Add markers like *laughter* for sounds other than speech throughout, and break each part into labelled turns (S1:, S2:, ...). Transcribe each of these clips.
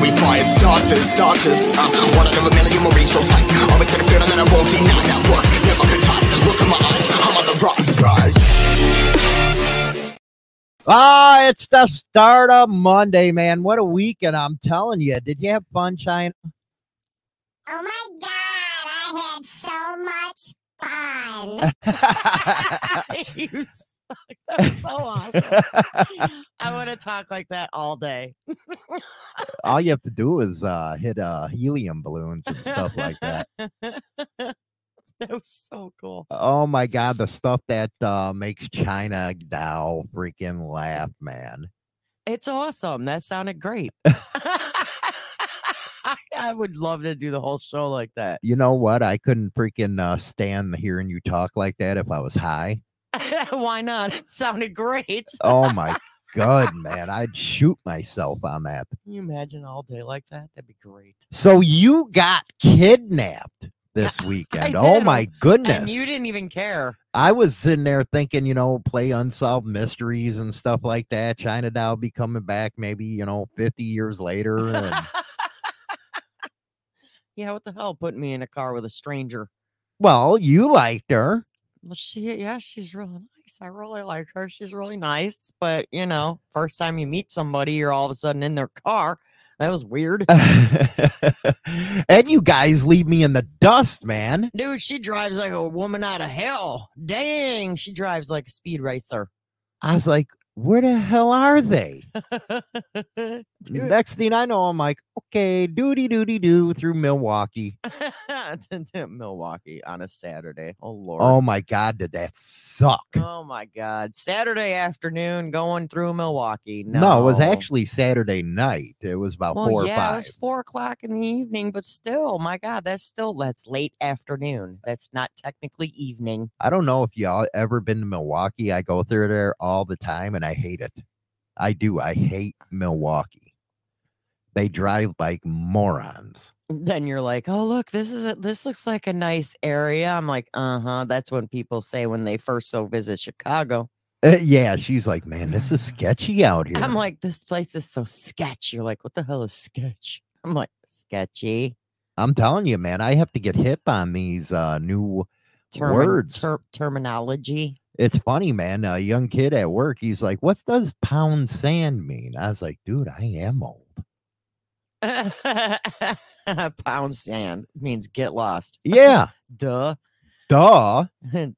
S1: We fight daughters, daughters. Uh, one out of a million will reach your height. Always had a feeling that I won't be not at work. Never been taught. Look in my eyes. I'm on the rotten rise.
S2: Ah, it's the start of Monday, man. What a weekend, I'm telling you. Did you have fun, China?
S3: Oh my god, I had so much fun.
S4: you suck. That's so awesome.
S2: *laughs*
S4: I want to talk like that all day.
S2: All you have to do is uh, hit uh, helium balloons and stuff like that.
S4: *laughs* that was so cool.
S2: Oh my God, the stuff that uh, makes China now freaking laugh, man.
S4: It's awesome. That sounded
S2: *laughs*
S4: great. *laughs* I, I would love to do the whole show like that. *laughs*
S2: You know what? I couldn't freaking uh, stand hearing you talk like that if I was high.
S4: Why not? It sounded great.
S2: Oh my God, man. I'd shoot myself on that.
S4: Can you imagine all day like that? That'd be great.
S2: So you got kidnapped
S4: *laughs*
S2: this weekend. Oh
S4: did.
S2: my goodness.
S4: And you didn't even care.
S2: I was sitting there thinking, you know, play unsolved mysteries and stuff like that. China now be coming back maybe, you know, 50 years later. And
S4: *laughs* Yeah, what the hell putting me in a car with a stranger?
S2: well, you liked her. *laughs*
S4: Well, she, yeah, she's really nice. I really like her. She's really nice. But, you know, first time you meet somebody, you're all of a sudden in their car. That was weird.
S2: Uh, and you guys leave me in the dust, man.
S4: Dude, she drives like a woman out of hell. Dang, she drives like a speed racer. *laughs*
S2: I was like, where the hell are they?
S4: Dude. *laughs*
S2: Next thing I know, I'm like, okay, doody doody doo through Milwaukee.
S4: Milwaukee on a Saturday. Oh, Lord.
S2: Oh my God, did that suck?
S4: Oh my God! Saturday afternoon, going through Milwaukee. No,
S2: No, it was actually Saturday night. It was about
S4: well,
S2: four or
S4: yeah,
S2: five.
S4: it was four o'clock in the evening, but still, my God, that's still that's late afternoon. That's not technically evening. *laughs*
S2: I don't know if y'all ever been to Milwaukee. I go through there all the time and I hate it. I do. I hate Milwaukee. They drive like morons.
S4: Then you're like, oh look, this is a, this looks like a nice area. I'm like, uh huh. That's when people say when they first so visit Chicago.
S2: Uh, yeah, she's like, man, this
S4: *laughs*
S2: is sketchy out here.
S4: I'm like, this place is so sketch. You're like, what the hell is sketch? I'm like, sketchy.
S2: I'm telling you, man, I have to get hip on these uh, new.
S4: Termin-
S2: Words.
S4: ter- terminology. *laughs*
S2: It's funny, man. A young kid at work, he's like, what does pound sand mean? I was like, dude, I am old.
S4: *laughs* Pound sand means get lost.
S2: Yeah,
S4: *laughs* Duh.
S2: duh.
S4: *laughs*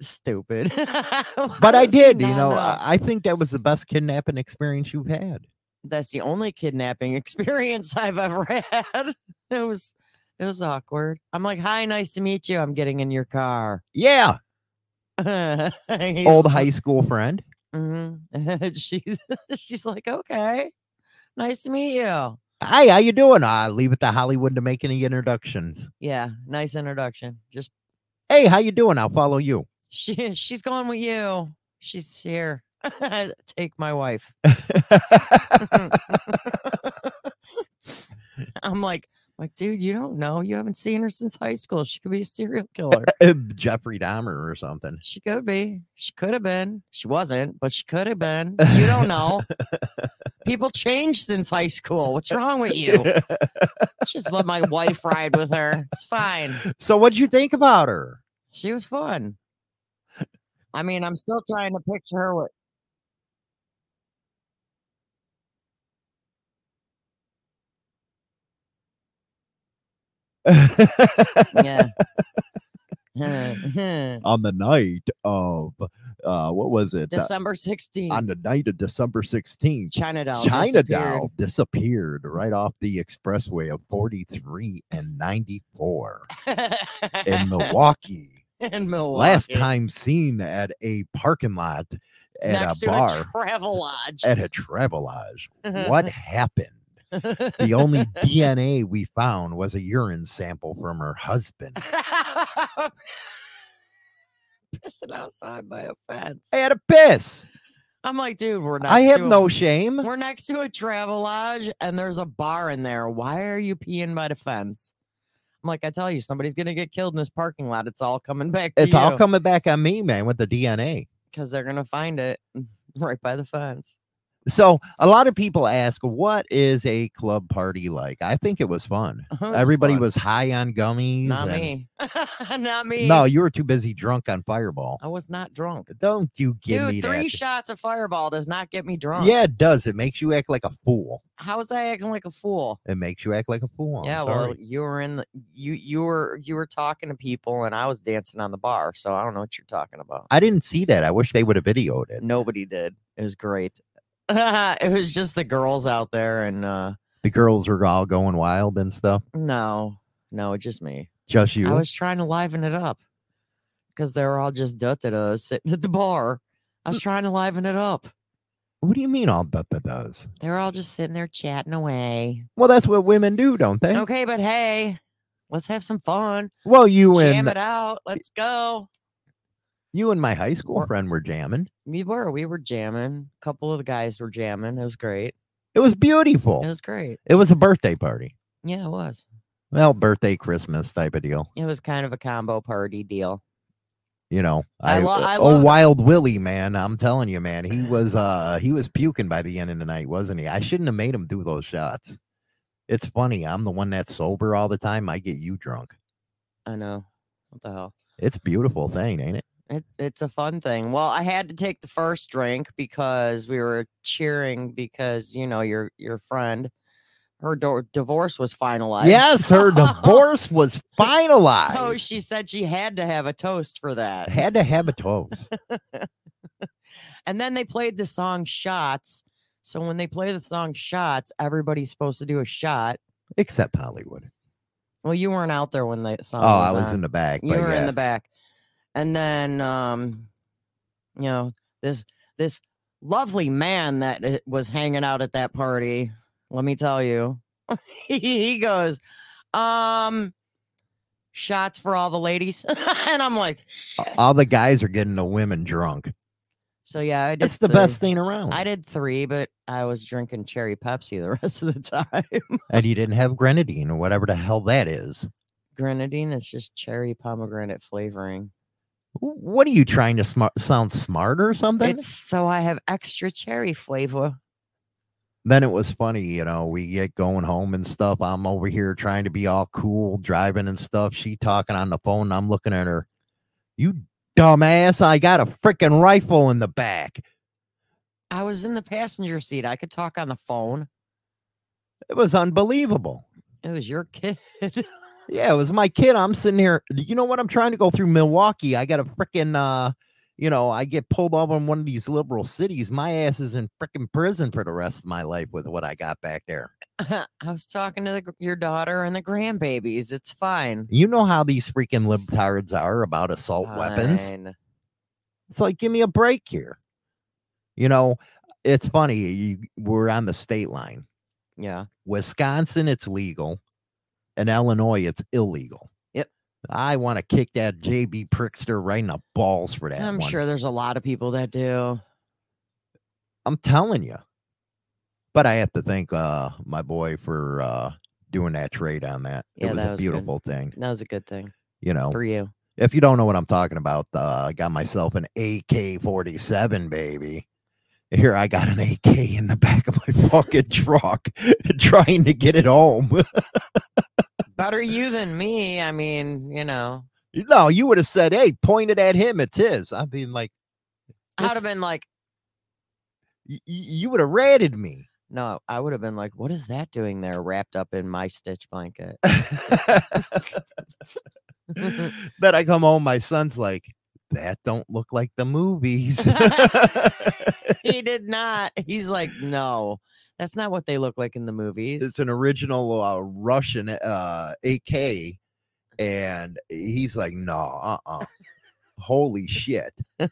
S4: Stupid.
S2: But I did, you
S4: No,
S2: know, uh
S4: no.
S2: I I think that was the best kidnapping experience you've had.
S4: *laughs* That's the only kidnapping *laughs* experience I've ever had. *laughs* It was it was awkward. I'm like, hi, nice to meet you. I'm getting in your car. *laughs*
S2: Yeah, old
S4: Old
S2: high school friend.
S4: *laughs* Mm-hmm. *laughs* she's *laughs* she's like, okay, nice to meet you.
S2: Hi, how you doing? I leave it to Hollywood to make any introductions.
S4: Yeah, nice introduction. Just *laughs*
S2: Hey, how you doing? I'll follow you. *laughs*
S4: she she's going with you. She's here. *laughs* Take my wife. *laughs* I'm like, like, dude, you don't know. You haven't seen her since high school. She could be a serial
S2: *laughs*
S4: killer.
S2: Jeffrey Dahmer or something.
S4: She could be. She could have been. She wasn't, but she could have been. You
S2: *laughs*
S4: don't know. People change since high school. What's wrong with
S2: *laughs*
S4: you? Just let my wife ride with her. It's fine.
S2: so what'd you think about
S4: *laughs*
S2: her?
S4: She was fun. I mean, I'm still trying to picture her with. Yeah. *laughs* Uh,
S2: On *laughs* the night of uh what was it? Uh,
S4: December 16th.
S2: on the night of December 16th,
S4: China doll.
S2: China
S4: disappeared.
S2: Doll disappeared right off the expressway of 43 and 94
S4: *laughs*
S2: in Milwaukee.
S4: in Milwaukee.
S2: Last time seen at a parking lot at
S4: next
S2: a bar
S4: to a travel lodge.
S2: at a travelage. what happened? The only DNA we found was a urine sample from her
S4: *laughs*
S2: husband.
S4: *laughs* Pissing outside my offense.
S2: I had a piss.
S4: I'm like, dude, we're not.
S2: I have no shame.
S4: *laughs* We're next to a travel lodge and there's a bar in there. Why are you peeing by the fence? I'm like, I tell you, somebody's gonna get killed in this parking lot. It's all coming back. To
S2: It's all coming back on me, man, with the DNA.
S4: because they're gonna find it *laughs* right by the fence. *laughs*
S2: So a lot of people ask, what is a club party like? I think it was fun.
S4: It was
S2: Everybody
S4: fun.
S2: was high on gummies.
S4: not
S2: and-
S4: me, *laughs* not me.
S2: No, you were too busy drunk on Fireball.
S4: I was not drunk.
S2: Don't you give me
S4: Dude,
S2: that.
S4: three shots of Fireball does not get me drunk.
S2: Yeah, it does. It makes you act like a fool.
S4: How was I acting like a fool?
S2: It makes you act like a fool. Oh, I'm
S4: yeah, well,
S2: sorry.
S4: you were in the you you were you were talking to people and I was dancing on the bar, so I don't know what you're talking about.
S2: I didn't see that. I wish they would have videoed it.
S4: Nobody did. It was great. *laughs* it was just the girls out there and uh
S2: The girls were all going wild and stuff.
S4: no, no, just me.
S2: Just you.
S4: I was trying to liven it up because they were all just dutted sitting at the bar. I was trying to liven it up.
S2: what do you mean all that that does?
S4: They were all just sitting there chatting away.
S2: Well, that's what women do, don't they?
S4: Okay, but hey, let's have some fun.
S2: Well, you and
S4: Jam it out. Let's go.
S2: you and my high school
S4: Or-
S2: friend were jamming.
S4: We were, we were jamming. A couple of the guys were jamming. It was great.
S2: It was
S4: It
S2: beautiful.
S4: was great.
S2: It was a birthday party.
S4: Yeah, it was.
S2: Well, birthday, Christmas type of deal.
S4: It was kind of a combo party deal.
S2: You know,
S4: I
S2: I,
S4: lo- I
S2: a
S4: love the-
S2: wild Willie, man. I'm telling you, man. He was uh he was puking by the end of the night, wasn't he? I shouldn't have made him do those shots. It's funny. I'm the one that's sober all the time. I get you drunk.
S4: I know. What the hell?
S2: It's a beautiful thing, ain't it?
S4: It, it's a fun thing. Well, I had to take the first drink because we were cheering because you know your your friend, her do- divorce was finalized.
S2: Yes, her
S4: *laughs* so-
S2: divorce was finalized.
S4: So she said she had to have a toast for that.
S2: had to have a toast.
S4: And then they played the song Shots. So when they play the song Shots, everybody's supposed to do a shot.
S2: Except Hollywood.
S4: Well, you weren't out there when the
S2: Oh,
S4: song.
S2: I
S4: was
S2: was
S4: on.
S2: in the back.
S4: you
S2: but
S4: were
S2: yeah.
S4: in the back and then um you know this this lovely man that i- was hanging out at that party let me tell you *laughs* he goes um shots for all the ladies *laughs* and i'm like
S2: A- all the guys are getting the women drunk.
S4: so yeah i did
S2: It's the
S4: three.
S2: best thing around.
S4: i did three but i was drinking cherry pepsi the *laughs* rest of the time
S2: and you didn't have grenadine or whatever the hell that is.
S4: grenadine is just cherry pomegranate flavoring
S2: Wh- What are you trying to smart, sound smart or something?
S4: it's so i have extra cherry flavor
S2: then it was funny, you know, we get going home and stuff. I'm over here trying to be all cool, driving and stuff. She talking on the phone. And I'm looking at her. You dumbass. I got a freaking rifle in the back.
S4: I was in the passenger seat. I could talk on the phone.
S2: It was unbelievable.
S4: It was your kid. *laughs*
S2: Yeah, it was my kid. I'm sitting here. You know what? I'm trying to go through Milwaukee. I got a freaking, uh, you know, I get pulled over in one of these liberal cities. My ass is in freaking prison for the rest of my life with what I got back there.
S4: I was talking to the, gr- your daughter and the grandbabies. It's fine.
S2: You know how these freaking libtards are about assault Oh, weapons.
S4: Fine.
S2: It's like, give me a break here. You know, it's funny. You, we're on the state line.
S4: Yeah.
S2: Wisconsin, it's legal. In Illinois, it's illegal.
S4: Yep.
S2: I want to kick that JB Prickster right in the balls for that.
S4: I'm
S2: one.
S4: sure there's a lot of people that do.
S2: I'm telling you. But I have to thank uh, my boy for uh, doing that trade on that.
S4: Yeah,
S2: it was
S4: that
S2: a
S4: was good.
S2: beautiful thing.
S4: That was a good thing
S2: You know,
S4: for you.
S2: if you don't know what I'm talking about, uh, I got myself an AK 47, baby. Here I got an AK in the back of my *laughs* fucking truck trying to get it home. *laughs*
S4: Better you than me. I mean, you know,
S2: no, you would have said, hey, point it at him. It's his. I've been like,
S4: I'd
S2: It's-
S4: have been like,
S2: y- y- you would have ratted
S4: *laughs*
S2: me. *laughs*
S4: no, I would have been like, what is that doing there wrapped up in my stitch blanket?
S2: then I come home, my son's like, that don't look like the
S4: *laughs*
S2: movies. *laughs*
S4: he did not. He's like, no, that's not what they look like in the movies.
S2: it's an original uh, Russian uh, AK, and he's like, "No, uh, uh holy uh-uh. shit!" *laughs*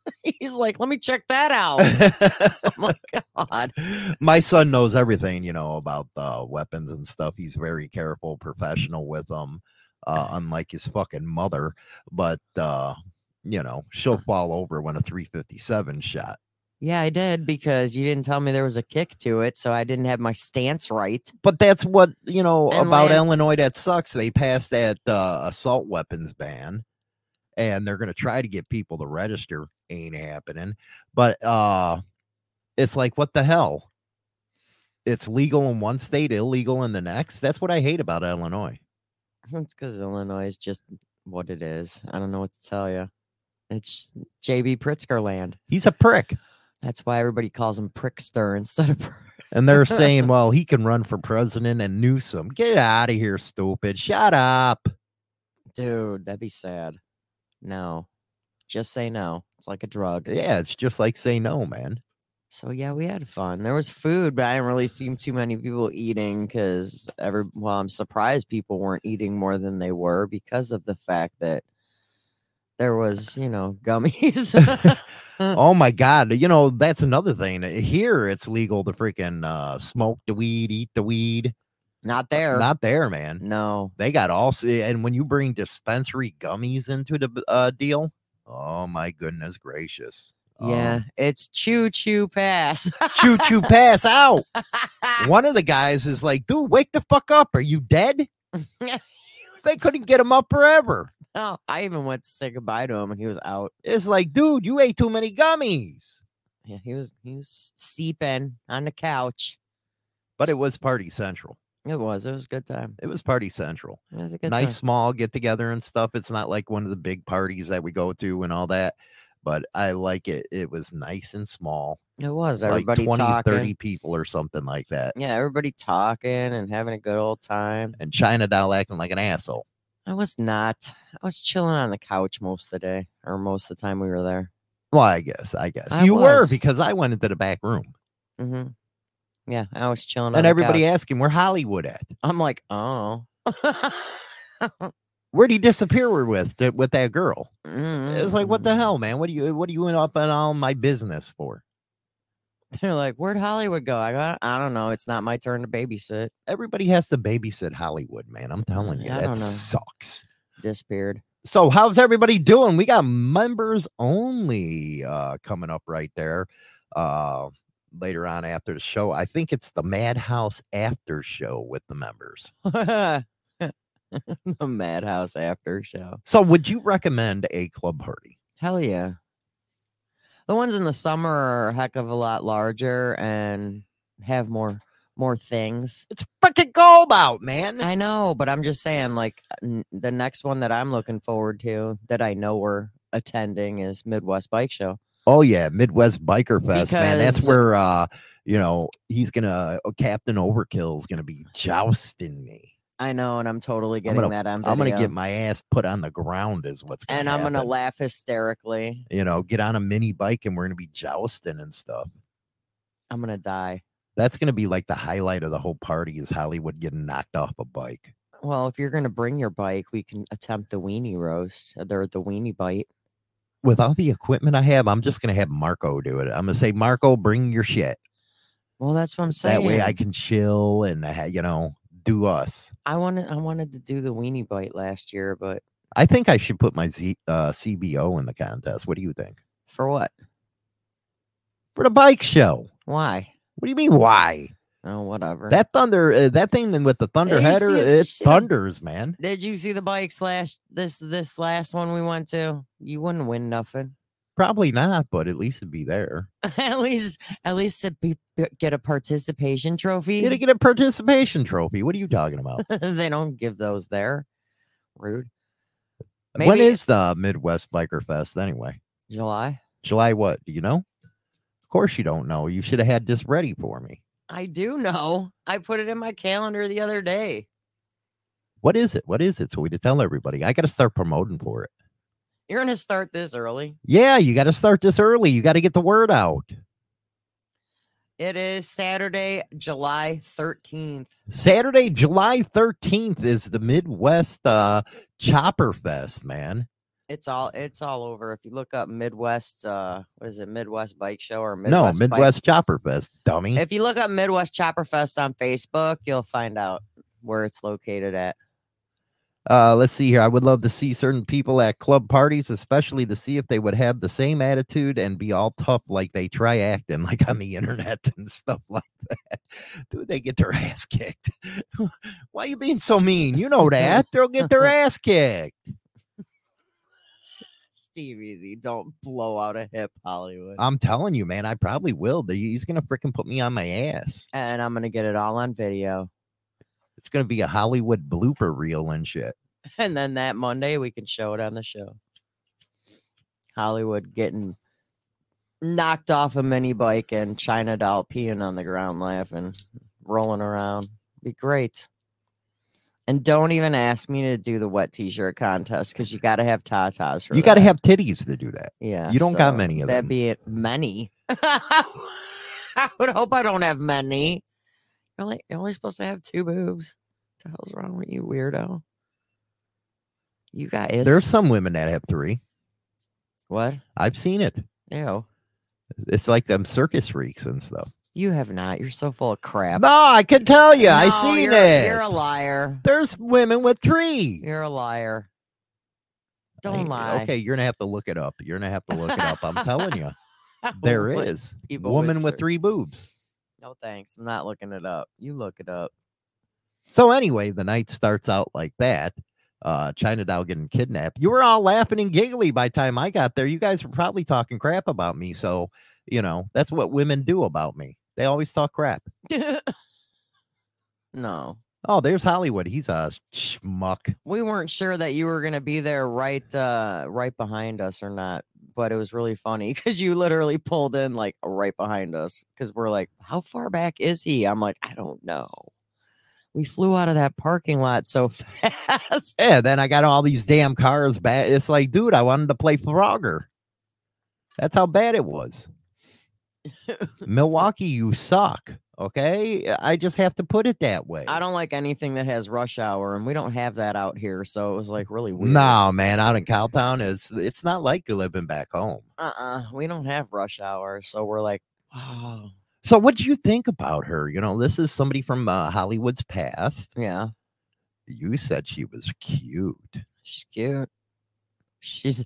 S4: *laughs* He's like, let me check that out.
S2: *laughs*
S4: my God.
S2: My son knows everything, you know, about uh, weapons and stuff. He's very careful, professional with them, uh, unlike his fucking mother. But, uh, you know, she'll fall over when a 357 shot.
S4: Yeah, I did because you didn't tell me there was a kick to it, so I didn't have my stance right. *laughs*
S2: But that's what, you know,
S4: And
S2: about
S4: Lan-
S2: Illinois that sucks. They passed that uh, assault weapons ban and they're going to try to get people to register. Ain't happening. But uh, it's like, what the hell? It's legal in one state, illegal in the next. That's what I hate about Illinois.
S4: It's because Illinois is just what it is. I don't know what to tell you. It's JB Pritzker land.
S2: He's a prick.
S4: That's why everybody calls him Prickster *laughs* instead of. Pr-
S2: And they're saying, well, he can run for president and Newsom. Get out of here, stupid. Shut up.
S4: Dude, that'd be sad. No, just say no. It's like a drug.
S2: Yeah, it's just like say no, man.
S4: So yeah, we had fun. There was food, but I didn't really see too many people eating because every well, I'm surprised people weren't eating more than they were because of the fact that there was, you know, gummies. *laughs*
S2: Oh my God. You know, that's another thing. eh, Here it's legal to freaking uh, smoke the weed, eat the weed.
S4: Not there.
S2: Not there, man.
S4: no.
S2: They got all, s- eh, and when you bring dispensary gummies into the b- uh, deal, oh my goodness gracious. Oh,
S4: Yeah, it's choo choo pass. *laughs*
S2: Choo choo pass out. One of the guys is like, dude, wake the fuck up. Are you dead? They couldn't get him up forever.
S4: No, I even went to say goodbye to him, and he was out.
S2: It's like, dude, you ate too many gummies.
S4: Yeah, he was he was seeping on the couch.
S2: But it was Party Central.
S4: It was it was a good time.
S2: It was Party Central.
S4: It was a good
S2: nice
S4: time.
S2: small get together and stuff. It's not like one of the big parties that we go to and all that. But I like it. It was nice and small.
S4: It was everybody
S2: like 20,
S4: talking.
S2: 30 people or something like that.
S4: Yeah, everybody talking and having a good old time.
S2: And China Doll acting like an asshole.
S4: I was not. I was chilling on the couch most of the day, or most of the time we were there.
S2: Well, I guess, I guess.
S4: I
S2: you were
S4: was.
S2: because I went into the back room
S4: hmm Yeah, I was chilling. on
S2: and
S4: the
S2: everybody e
S4: couch.
S2: asking where Hollywood at.
S4: I'm like, oh. *laughs*
S2: Where'd he disappear with that with that girl?
S4: Mm,
S2: It's like, what the
S4: mm.
S2: hell, man? What are you what are you in up in all my business for?
S4: They're like, where'd Hollywood go? I go, I don't know. It's not my turn to babysit.
S2: Everybody has to babysit Hollywood, man. I'm telling you,
S4: I
S2: that
S4: don't know.
S2: sucks.
S4: Disappeared. *laughs*
S2: so how's everybody doing we got members only uh coming up right there uh later on after the show i think it's the madhouse after show with the members
S4: the madhouse after show.
S2: so would you recommend a club party
S4: Hell yeah. The ones in the summer are a heck of a lot larger and have more more things.
S2: it's freaking gold out man
S4: I know, but I'm just saying, like uh, n- the next one that I'm looking forward to that I know we're attending is Midwest Bike Show.
S2: oh yeah midwest biker fest man that's
S4: Because-
S2: where uh you know he's gonna oh, captain overkill's gonna be jousting me
S4: I know, and I'm totally getting
S2: gonna-
S4: that on video.
S2: i'm gonna get my ass put on the ground is what's gonna
S4: and I'm gonna
S2: happen.
S4: laugh hysterically.
S2: you know get on a mini bike and we're gonna be jousting and stuff
S4: I'm gonna die.
S2: that's going to be like the highlight of the whole party is Hollywood getting knocked off a bike.
S4: Well, if you're gonna bring your bike, we can attempt the weenie roast uh, or the weenie bite.
S2: With all the equipment I have, I'm just going to have Marco do it. I'm going to say, Marco, bring your shit.
S4: Well, that's what I'm saying.
S2: That way I can chill and, I ha- you know, do us.
S4: I wanted I wanted to do the weenie bite last year, but
S2: I think I should put my Z, uh, CBO in the contest. What do you think?
S4: for what?
S2: For the bike show.
S4: Why?
S2: What do you mean? Why?
S4: Oh, whatever.
S2: That thunder, uh, that thing with the thunder
S4: you see
S2: header,
S4: it-
S2: it
S4: see it?
S2: thunders, man.
S4: Did you see the bikes last this this last one we went to? You wouldn't win nothing.
S2: Probably not, but at least it'd be there.
S4: *laughs* at least at least to be, be- get a participation trophy.
S2: You to get a participation trophy. What are you talking about?
S4: they don't give those there. Rude.
S2: When
S4: *laughs* Maybe-
S2: is the Midwest Biker Fest anyway?
S4: July.
S2: July what? Do you know? Of course you don't know. You should have had this ready for me.
S4: I do know. I put it in my calendar the other day.
S2: What is it? What is it? So we to tell everybody. I got to start promoting for it.
S4: You're gonna start this early.
S2: Yeah, you got to start this early. You got to get the word out.
S4: It is Saturday, July 13th.
S2: Saturday, July 13th is the Midwest uh, Chopper Fest, man.
S4: It's all it's all over. If you look up Midwest, uh, what is it, Midwest Bike Show or
S2: no,
S4: Midwest? Bike-
S2: Midwest Chopper Fest, dummy.
S4: If you look up Midwest Chopper Fest on Facebook, you'll find out where it's located at.
S2: Uh, let's see here. I would love to see certain people at club parties, especially to see if they would have the same attitude and be all tough like they try acting *laughs* like on the internet and stuff like that. Dude, they get their ass kicked. *laughs* Why you being so mean? You know that. They'll get their ass kicked.
S4: Steve Easy, don't blow out a hip, Hollywood.
S2: I'm telling you, man, I probably will. They- He's going to freaking put me on my ass.
S4: and I'm gonna get it all on video. *laughs*
S2: It's going to be a Hollywood blooper reel and shit.
S4: And then that Monday we can show it on the show. Hollywood getting knocked off a mini bike and China doll peeing on the ground laughing, rolling around. Be great. And don't even ask me to do the wet t-shirt contest because you gotta have tatas for
S2: You got to
S4: that.
S2: have titties to do that.
S4: Yeah.
S2: You don't got many of
S4: that'd
S2: them.
S4: be it. Many. *laughs* I would hope I don't have many. You're only, you're only supposed to have two boobs. What the hell's wrong with you, weirdo? You got is
S2: There's some women that have three.
S4: what?
S2: I've seen it.
S4: Ew.
S2: It's like them circus freaks and stuff.
S4: You have not. You're so full of crap.
S2: No, I could tell you. I
S4: No,
S2: seen
S4: you're-
S2: it.
S4: You're a liar.
S2: There's women with three.
S4: You're a liar.
S2: I
S4: Don't
S2: mean,
S4: lie. *laughs*
S2: Okay, you're gonna have to look it up. You're gonna have to look it up. I'm telling you, there
S4: What?
S2: is
S4: people with
S2: woman with
S4: three-
S2: three boobs.
S4: No thanks. I'm not looking it up. You look
S2: *laughs*
S4: it up.
S2: So anyway, the night starts out like that. Uh, China Dow getting kidnapped. You were all laughing and giggly by the time I got there. You guys were probably talking crap about me. So you know that's what women do about me. They always talk crap.
S4: no.
S2: Oh, there's Hollywood. He's a schmuck.
S4: we weren't sure that you were going to be there right uh right behind us or not but it was really funny *laughs* because you literally pulled in like right behind us because we're like how far back is he i'm like i don't know we flew out of that parking lot so *laughs* fast
S2: Yeah, then I got all these damn cars back. It's like, dude, I wanted to play Frogger. That's how bad it
S4: *laughs*
S2: was. Milwaukee, you suck. Okay. I just have to put it that way.
S4: i don't like anything that has rush hour and we don't have that out here so it was like really weird
S2: No, man, out in Cowtown, it's it's not like living back home.
S4: uh-uh we don't have rush hour so we're like wow
S2: So what did you think about her? You know, this is somebody from uh, Hollywood's past.
S4: yeah
S2: You said she was cute.
S4: She's cute. She's.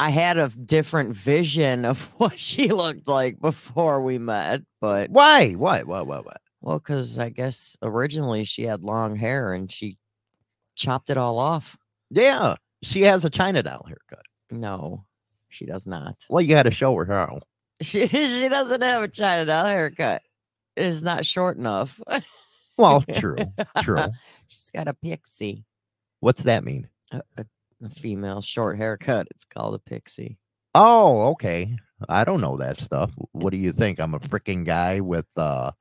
S4: I had a different vision of *laughs* what she looked like before we met, but
S2: Why? What? What? What? What?
S4: well, because I guess originally she had long hair and she chopped it all off.
S2: Yeah, she has a China doll haircut.
S4: No, she does not. *laughs*
S2: Well, you got to show her how.
S4: She she doesn't have a China doll haircut. It's not short enough. *laughs*
S2: Well, true, true.
S4: She's got a pixie,
S2: What's that mean?
S4: a, a, a female short haircut. It's called a pixie.
S2: Oh, okay. I don't know that stuff. What do you think? I'm a freaking guy with uh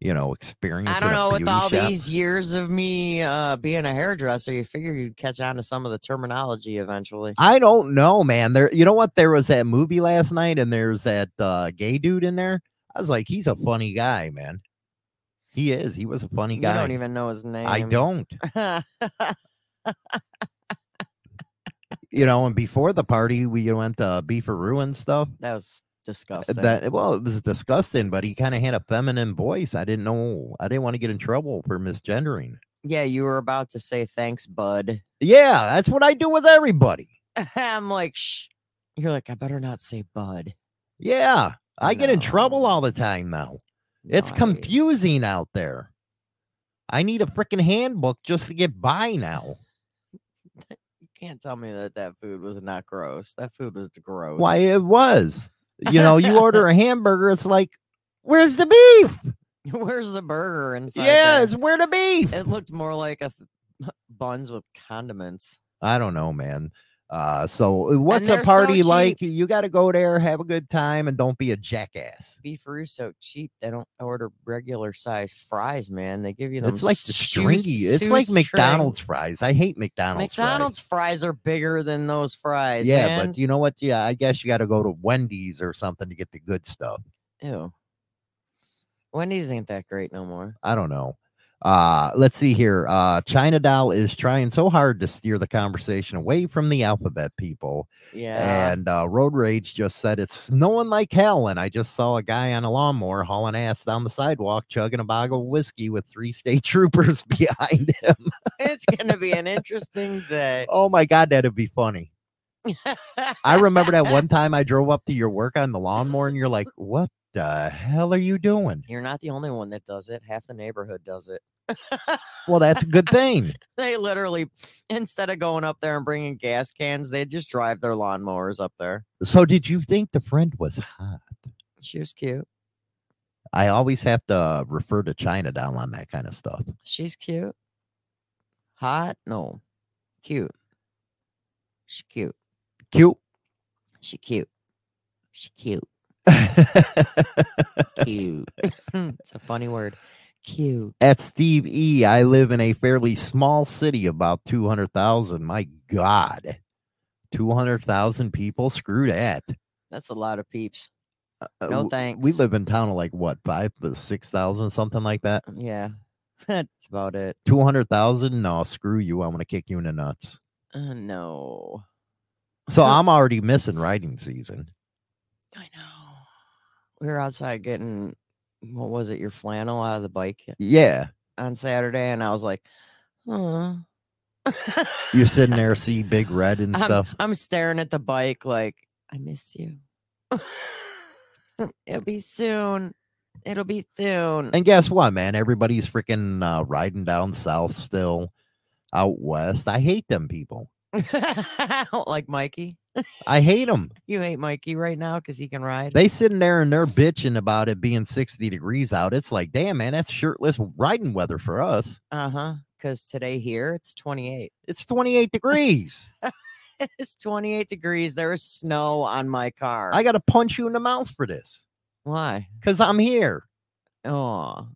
S2: you know experience.
S4: I
S2: in
S4: don't
S2: a
S4: know. With
S2: beauty
S4: all
S2: shop.
S4: these years of me uh, being a hairdresser, you figure you'd catch on to some of the terminology eventually.
S2: I don't know, man. There you know what? There was that movie last night and there's that uh gay dude in there. I was like, he's a funny guy, man. He is. He was a funny
S4: You
S2: guy.
S4: don't even know his name.
S2: I
S4: *laughs*
S2: don't.
S4: don't.
S2: You know, and before the party, we went to Beef or Ruin stuff.
S4: that was disgusting.
S2: Uh, That well, it was disgusting, but he kind of had a feminine voice. I didn't know. I didn't want to get in trouble for misgendering.
S4: yeah, you were about to say thanks, bud. *laughs*
S2: Yeah, that's what I do with everybody.
S4: I'm like, shh. You're like, I better not say bud.
S2: Yeah, I get in trouble
S4: No.
S2: all the time now. It's
S4: No, I-
S2: confusing out there. I need a freaking handbook just to get by now.
S4: You can't tell me that that food was not gross. That food was gross.
S2: Why it was, you know, you order a hamburger, it's like, where's the beef?
S4: *laughs* Where's the burger inside?
S2: Yeah,
S4: there?
S2: it's where the beef.
S4: it looked more like a th- *laughs* buns with condiments.
S2: I don't know, man. Uh, so what's a
S4: they're so
S2: party
S4: cheap.
S2: like? You got to go there, have a good time, and don't be a jackass.
S4: beef roux so cheap they don't order regular size fries, man. They give you them.
S2: It's like the
S4: shoe-
S2: stringy. It's like
S4: shoestring-
S2: McDonald's fries. I hate McDonald's. fries.
S4: McDonald's fries. are bigger than those fries.
S2: Yeah,
S4: man.
S2: but you know what? Yeah, I guess you got to go to Wendy's or something to get the good stuff.
S4: ew. Wendy's ain't that great no more.
S2: I don't know. Uh, let's see here. Uh, China Doll is trying so hard to steer the conversation away from the alphabet people.
S4: Yeah.
S2: And uh, Road Rage just said it's snowing like hell. And I just saw a guy on a lawnmower hauling ass down the sidewalk, chugging a bottle of whiskey with three state *laughs* troopers behind
S4: *laughs*
S2: him.
S4: it's gonna be an interesting day. *laughs*
S2: Oh my God, that'd be funny. *laughs* I remember
S4: *laughs*
S2: that one time I drove up to your work on the lawnmower and you're like, what the hell are you doing?
S4: You're not the only one that does it. Half the neighborhood does it. *laughs*
S2: Well, that's a good thing.
S4: They literally, instead of going up there and bringing gas cans, they just drive their lawnmowers up there.
S2: So, did you think the friend was hot?
S4: She was cute.
S2: I always have to refer to China down on that kind of stuff.
S4: She's cute. Hot? No. Cute. She cute.
S2: Cute. *laughs*
S4: She cute. She cute.
S2: *laughs*
S4: Cute. *laughs* it's a funny word. Cute.
S2: At Steve E, I live in a fairly small city, about 200,000. My God, 200,000 people? Screw that.
S4: That's a lot of peeps.
S2: Uh,
S4: No
S2: w-
S4: thanks.
S2: We live in town of like what, five, but 6,000, something like that?
S4: Yeah. *laughs* That's about it.
S2: 200,000? No, screw you. I'm going to kick you in the nuts.
S4: Uh, no.
S2: So I'm already missing riding season.
S4: I know. We were outside getting what was it, your flannel out of the bike
S2: Yeah.
S4: on Saturday, and I was like, huh.
S2: You're
S4: *laughs*
S2: sitting there, see big red and
S4: I'm,
S2: stuff.
S4: I'm staring at the bike like, I miss you. *laughs* It'll be soon. It'll be soon.
S2: And guess what, man? Everybody's freaking uh, riding down south still, out west. I hate them people.
S4: *laughs* like Mikey.
S2: I hate them.
S4: You hate Mikey right now because he can ride.
S2: They sitting there and they're bitching about it being 60 degrees out. It's like, damn, man, that's shirtless riding weather for us.
S4: Uh huh. Because today here it's 28.
S2: It's 28 degrees.
S4: *laughs* It's 28 degrees. There is snow on my car.
S2: I got to punch you in the mouth for this
S4: Why?
S2: because I'm here.
S4: Oh.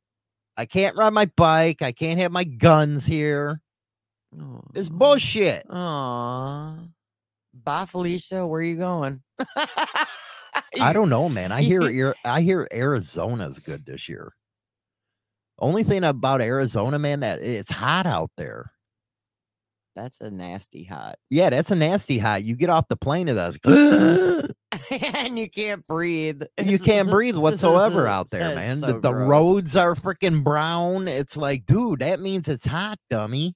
S2: I can't ride my bike. I can't have my guns here. It's bullshit.
S4: Aw. Bye, Felicia. Where you going? *laughs*
S2: I don't know, man. I hear Ar- I hear Arizona's good this year. Only thing about Arizona, man, that it's hot out there.
S4: That's a nasty hot.
S2: Yeah, that's a nasty hot. You get off the plane and
S4: *laughs*
S2: that's *laughs* like,
S4: and you can't breathe.
S2: Uh-huh. you
S4: It's-
S2: can't breathe
S4: *laughs*
S2: whatsoever out there,
S4: That's
S2: man. The-
S4: so
S2: the
S4: gross.
S2: roads are freaking brown. It's like, dude, that means it's hot, dummy.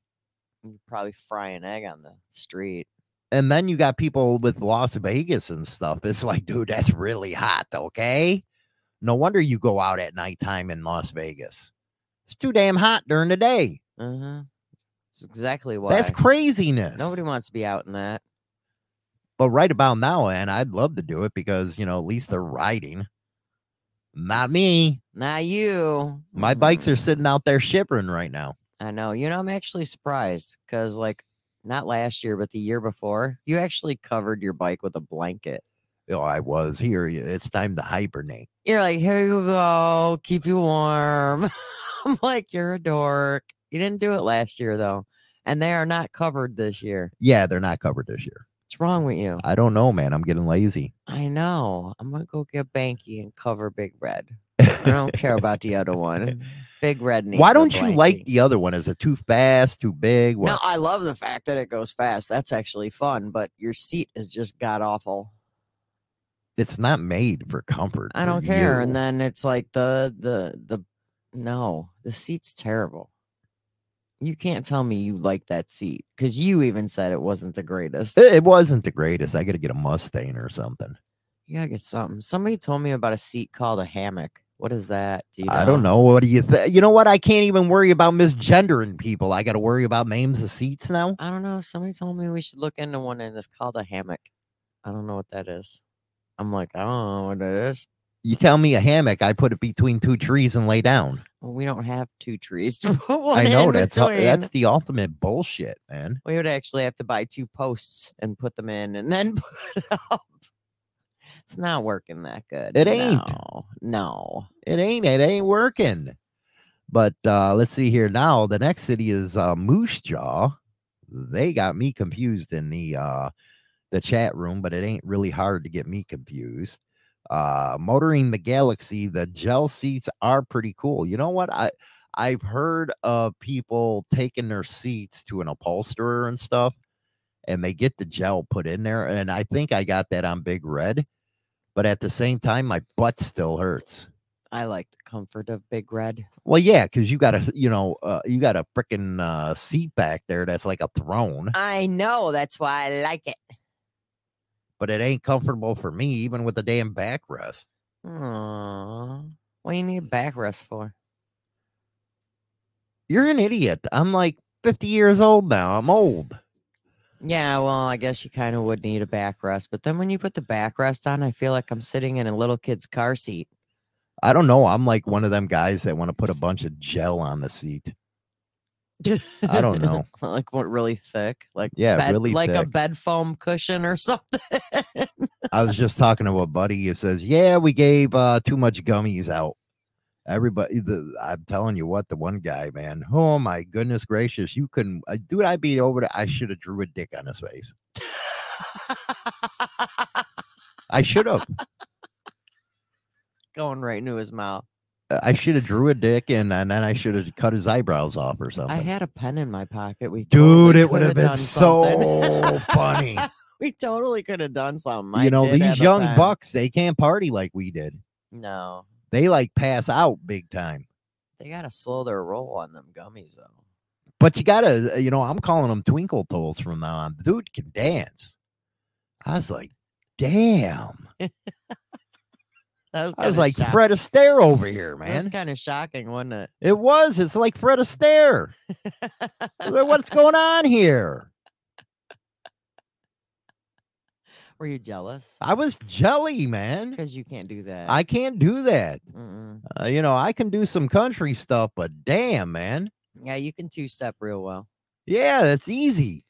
S4: You probably fry an egg on the street.
S2: And then you got people with Las Vegas and stuff. It's like, dude, that's really hot. Okay. No wonder you go out at nighttime in Las Vegas. It's too damn hot during the day.
S4: Uh-huh. That's exactly why.
S2: That's craziness.
S4: Nobody wants to be out in that.
S2: But right about now, and I'd love to do it because you know at least they're riding. Not me.
S4: Now you.
S2: My bikes
S4: Mm,
S2: are sitting out there shippering right now.
S4: I know. You know, I'm actually surprised because, like, not last year, but the year before, you actually covered your bike with a blanket.
S2: Oh, I was here. y- It's time to hibernate.
S4: you're like, here you go, keep you warm. *laughs* I'm like, you're a dork. You didn't do it last year though, and they are not covered this year.
S2: Yeah, they're not covered this year.
S4: What's wrong with you?
S2: I don't know, man. I'm getting lazy.
S4: I know. I'm gonna go get Banky and cover Big Red. I
S2: *laughs*
S4: don't care about the other one. Big Red needs.
S2: Why
S4: a
S2: don't you like
S4: blankie.
S2: the other one? Is it too fast? Too big?
S4: No,
S2: What?
S4: I love the fact that it goes fast. That's actually fun, but your seat is just god awful.
S2: It's not made for comfort.
S4: I
S2: for
S4: don't care.
S2: you.
S4: And then it's like the the the no, the seat's terrible. You can't tell me you like that seat because you even said it wasn't the greatest.
S2: it it wasn't the greatest. I got to get a Mustang or something.
S4: You gotta get something. Somebody told me about a seat called a hammock. What is that? Do you
S2: I don't know. What do you think? You know what? I can't even worry about misgendering people. I got to worry about names of seats now.
S4: I don't know. Somebody told me we should look into one and it's called a hammock. I don't know what that is. I'm like, I don't know what that is.
S2: You tell me a hammock, I put it between two trees and lay down.
S4: Well, we don't have two trees to *laughs* put one
S2: I know
S4: in
S2: that's
S4: between.
S2: that's the ultimate bullshit, man.
S4: We would actually have to buy two posts and put them in and then *laughs* put it up. It's not working that good.
S2: It ain't.
S4: No. no.
S2: It ain't it ain't working. But uh let's see here now. The next city is uh Moose Jaw. They got me confused in the uh the chat room, but it ain't really hard to get me confused. Uh motoring the galaxy, the gel seats are pretty cool. You know what? I I've heard of people taking their seats to an upholsterer and stuff, and they get the gel put in there. And I think I got that on Big Red, but at the same time, my butt still hurts.
S4: I like the comfort of Big Red.
S2: Well, yeah, because you got a you know uh, you got a freaking uh, seat back there that's like a throne,
S4: I know that's why I like it.
S2: but it ain't comfortable for me even with the damn backrest.
S4: Aw. What do you need a backrest for?
S2: You're an idiot. I'm like 50 years old now. I'm old.
S4: Yeah, well, I guess you kind of would need a backrest, but then when you put the backrest on, I feel like I'm sitting in a little kid's car seat.
S2: I don't know. I'm like one of them guys that want to put a bunch of gel on the seat. I don't know.
S4: *laughs* like what really thick, like
S2: Yeah,
S4: bed-
S2: really
S4: like a
S2: thick.
S4: bed foam cushion or something. *laughs*
S2: I was just talking to a buddy who says, "Yeah, we gave uh, too much gummies out." Everybody, the, I'm telling you what, the one guy, man, oh my goodness gracious, you couldn't, uh, dude, I beat over to, I should have drew a dick on his face. I should have,
S4: Going right into his mouth.
S2: I should have drew a dick, and, and then I should have cut his eyebrows off or
S4: I
S2: something.
S4: had a pen in my pocket. We
S2: Oh dude,
S4: totally
S2: it would
S4: coulda
S2: have been
S4: done something.
S2: so funny.
S4: *laughs* we totally could have done something. I
S2: you know,
S4: did have
S2: these
S4: a
S2: young
S4: pen.
S2: bucks, they can't party like we did.
S4: No,
S2: They like pass out big time.
S4: they gotta slow their roll on them gummies though.
S2: But you gotta, uh, you know, I'm calling them twinkle toes from now on. Dude can dance. I was like, damn.
S4: That was
S2: I was
S4: kinda
S2: like
S4: shock-
S2: Fred Astaire over here,
S4: That's
S2: man.
S4: kind of shocking, wasn't it?
S2: It was. It's like Fred Astaire. I was like, What's going on here?
S4: Were you jealous?
S2: I was jelly,
S4: *laughs*
S2: man.
S4: Because you can't do that.
S2: I can't do that.
S4: Mm-mm.
S2: Uh, you know, I can do some country stuff, but damn, man.
S4: Yeah, you can two step real well.
S2: Yeah, that's easy.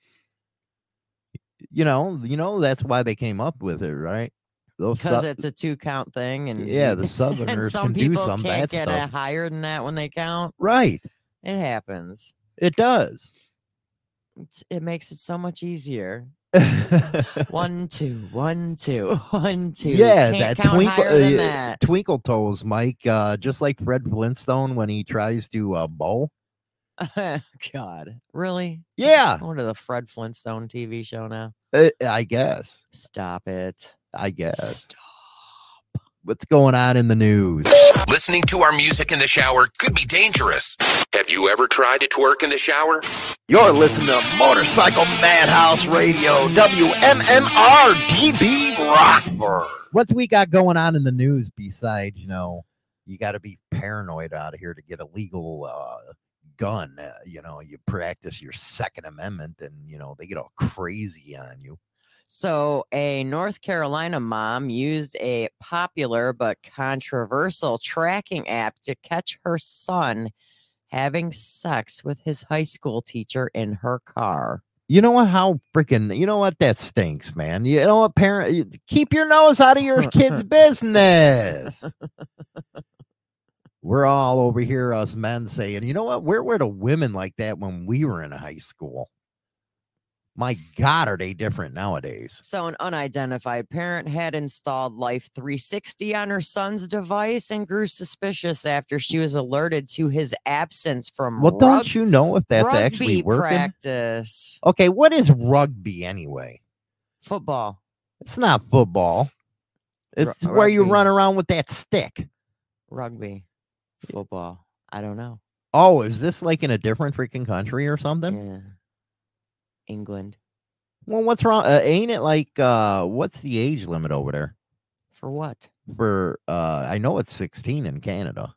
S2: You know, you know that's why they came up with it, right? Those
S4: Because
S2: Sou-
S4: it's a two count thing, and
S2: yeah, the
S4: *laughs* and
S2: Southerners
S4: some
S2: can do
S4: people
S2: some bad
S4: can't get
S2: stuff.
S4: uh, higher than that when they count.
S2: Right.
S4: It happens.
S2: It
S4: *laughs*
S2: does. *laughs*
S4: It's, it makes it so much easier. One two, one two, *laughs* one two.
S2: yeah,
S4: Can't
S2: that
S4: count
S2: twinkle,
S4: higher than
S2: uh,
S4: that.
S2: twinkle toes, Mike. Uh, just like Fred Flintstone when he tries to uh, bowl.
S4: *laughs* God, really?
S2: Yeah.
S4: Going to the Fred Flintstone TV show now.
S2: Uh, I guess.
S4: Stop it.
S2: I guess.
S4: Stop.
S2: What's going on in the news?
S5: Listening to our music in the shower could be dangerous. Have you ever tried to twerk in the shower?
S2: You're listening to Motorcycle Madhouse Radio, WMMR DB Rockford. What's we got going on in the news besides, you know, you got to be paranoid out of here to get a legal uh, gun. Uh, you know, you practice your Second Amendment and, you know, they get all crazy on you.
S4: So, a North Carolina mom used a popular but controversial tracking app to catch her son having sex with his high school teacher in her car.
S2: You know what? How freaking, you know what? That stinks, man. You know what? Parent, keep your nose out of your kid's business. We're all over here, us men, saying, you know what? Where were the women like that when we were in high school? My God, are they different nowadays?
S4: So, an unidentified parent had installed Life 360 on her son's device and grew suspicious after she was alerted to his absence from
S2: Well,
S4: rug-
S2: don't you know if that's
S4: rugby
S2: actually working?
S4: practice.
S2: Okay, what is rugby anyway?
S4: Football.
S2: It's not football.
S4: Ru-
S2: It's where you
S4: rugby.
S2: run around with that stick.
S4: Rugby. Football. I don't know.
S2: Oh, is this like in a different freaking country or something?
S4: Yeah. England.
S2: Well, what's wrong? Uh, ain't it like uh, what's the age limit over there
S4: For what?
S2: for? Uh, I know it's sixteen in Canada.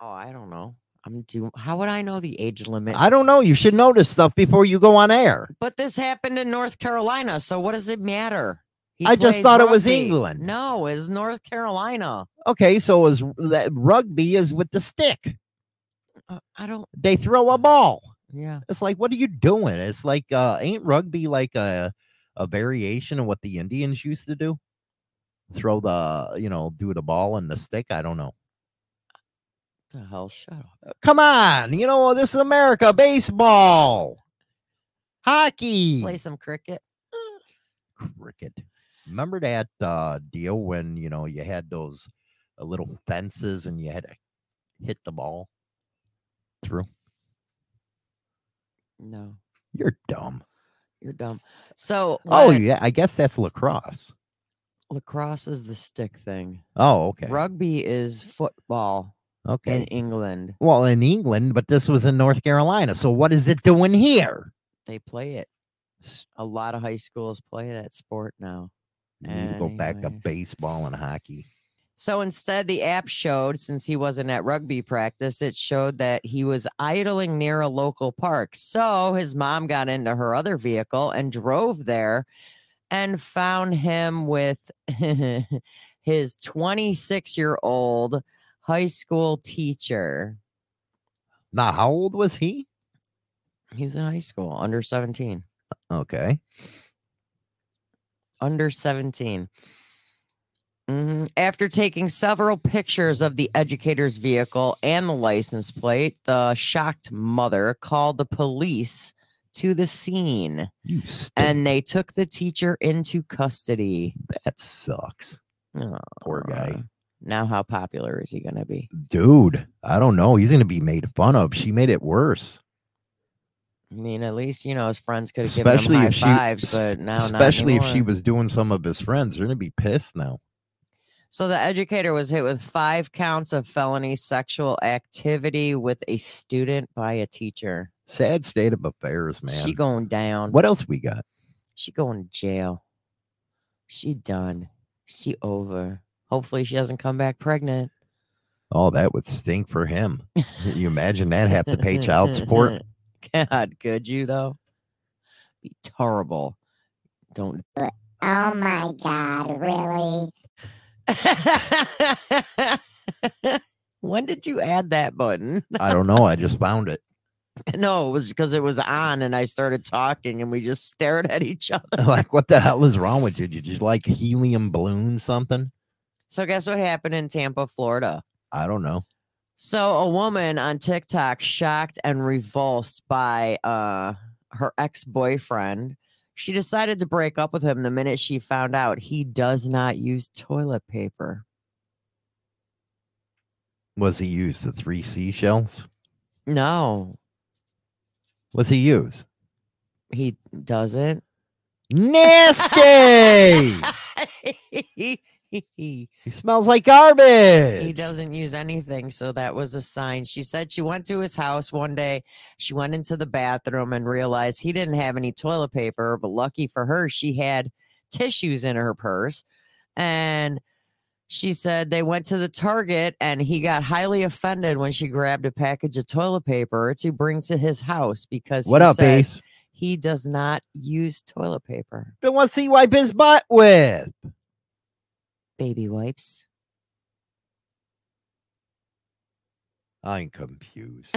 S4: Oh, I don't know. I'm do how would I know the age limit?
S2: I don't know. You should know this stuff before you go on air.
S4: but this happened in North Carolina, so what does it matter? He
S2: I just
S4: plays
S2: thought it was
S4: rugby.
S2: England.
S4: No, it's North Carolina.
S2: Okay, so is that rugby is with the stick?
S4: Uh, I don't
S2: They throw a ball.
S4: yeah.
S2: It's like, what are you doing? It's like, uh, ain't rugby like a a variation of what the Indians used to do? Throw the, you know, do the ball and the stick. I don't know. "Uh,
S4: The hell shut up.
S2: Come on, you know this is America. Baseball, hockey.
S4: Play some cricket.
S2: cricket. Remember that uh, deal when you know you had those uh, little fences and you had to hit the ball? through.
S4: No,
S2: You're dumb.
S4: you're dumb. So,
S2: Oh
S4: la-
S2: yeah, I guess that's lacrosse.
S4: lacrosse is the stick thing.
S2: Oh okay,
S4: Rugby is football
S2: okay.
S4: in England.
S2: well, in England, but this was in North Carolina. So what is it doing here?
S4: They play it.
S2: S-
S4: A lot of high schools play that sport now.
S2: You need to go back to
S4: Anyway.
S2: baseball and hockey.
S4: So instead, the app showed, since he wasn't at rugby practice, it showed that he was idling near a local park. So his mom got into her other vehicle and drove there and found him with *laughs* his 26 year old high school teacher.
S2: Now, how old was he?
S4: He's in high school, under 17.
S2: Okay.
S4: under 17. Mhm. After taking several pictures of the educator's vehicle and the license plate, the shocked mother called the police to the scene
S2: You stink.
S4: and they took the teacher into custody.
S2: that sucks.
S4: Oh,
S2: Poor guy.
S4: Now, how popular is he going to be?
S2: Dude, I don't know. He's gonna be made fun of. She made it worse.
S4: I mean, at least, you know, his friends could have given him
S2: Especially
S4: high
S2: if she-
S4: fives,
S2: sp-
S4: but now, not
S2: Especially if she
S4: anymore.
S2: was doing some of his friends. They're gonna be pissed now.
S4: So the educator was hit with five counts of felony sexual activity with a student by a teacher.
S2: Sad state of affairs, man.
S4: She going down.
S2: what else we got?
S4: She going to jail. She done. She over. Hopefully she doesn't come back pregnant.
S2: Oh, that would stink for him. you imagine that have to pay child
S4: *laughs*
S2: support?
S4: God, could you though? Be terrible. Don't.
S3: Oh my god, really?
S4: *laughs* when did you add that button? *laughs*
S2: I don't know. I just found it.
S4: No, it was because it was on and I started talking and we just stared at each other.
S2: *laughs* like, what the hell is wrong with you? Did you like helium balloon something?
S4: So, guess what happened in Tampa, Florida?
S2: I don't know.
S4: So, a woman on TikTok shocked and revulsed by uh, her ex boyfriend. She decided to break up with him the minute she found out he does not use toilet paper.
S2: Was he used the three seashells?
S4: No,
S2: Was he used?
S4: he doesn't. *laughs*
S2: Nasty!
S4: he
S2: he smells like garbage.
S4: doesn't use anything. So that was a sign. She said she went to his house one day. She went into the bathroom and realized he didn't have any toilet paper. But lucky for her, she had tissues in her purse. And she said they went to the Target and he got highly offended when she grabbed a package of toilet paper to bring to his house because
S2: What
S4: he
S2: up,
S4: says
S2: Ace?
S4: he does not use toilet paper.
S2: Then what's he wipe his butt with?
S4: baby wipes.
S2: I'm
S4: *laughs*
S2: confused.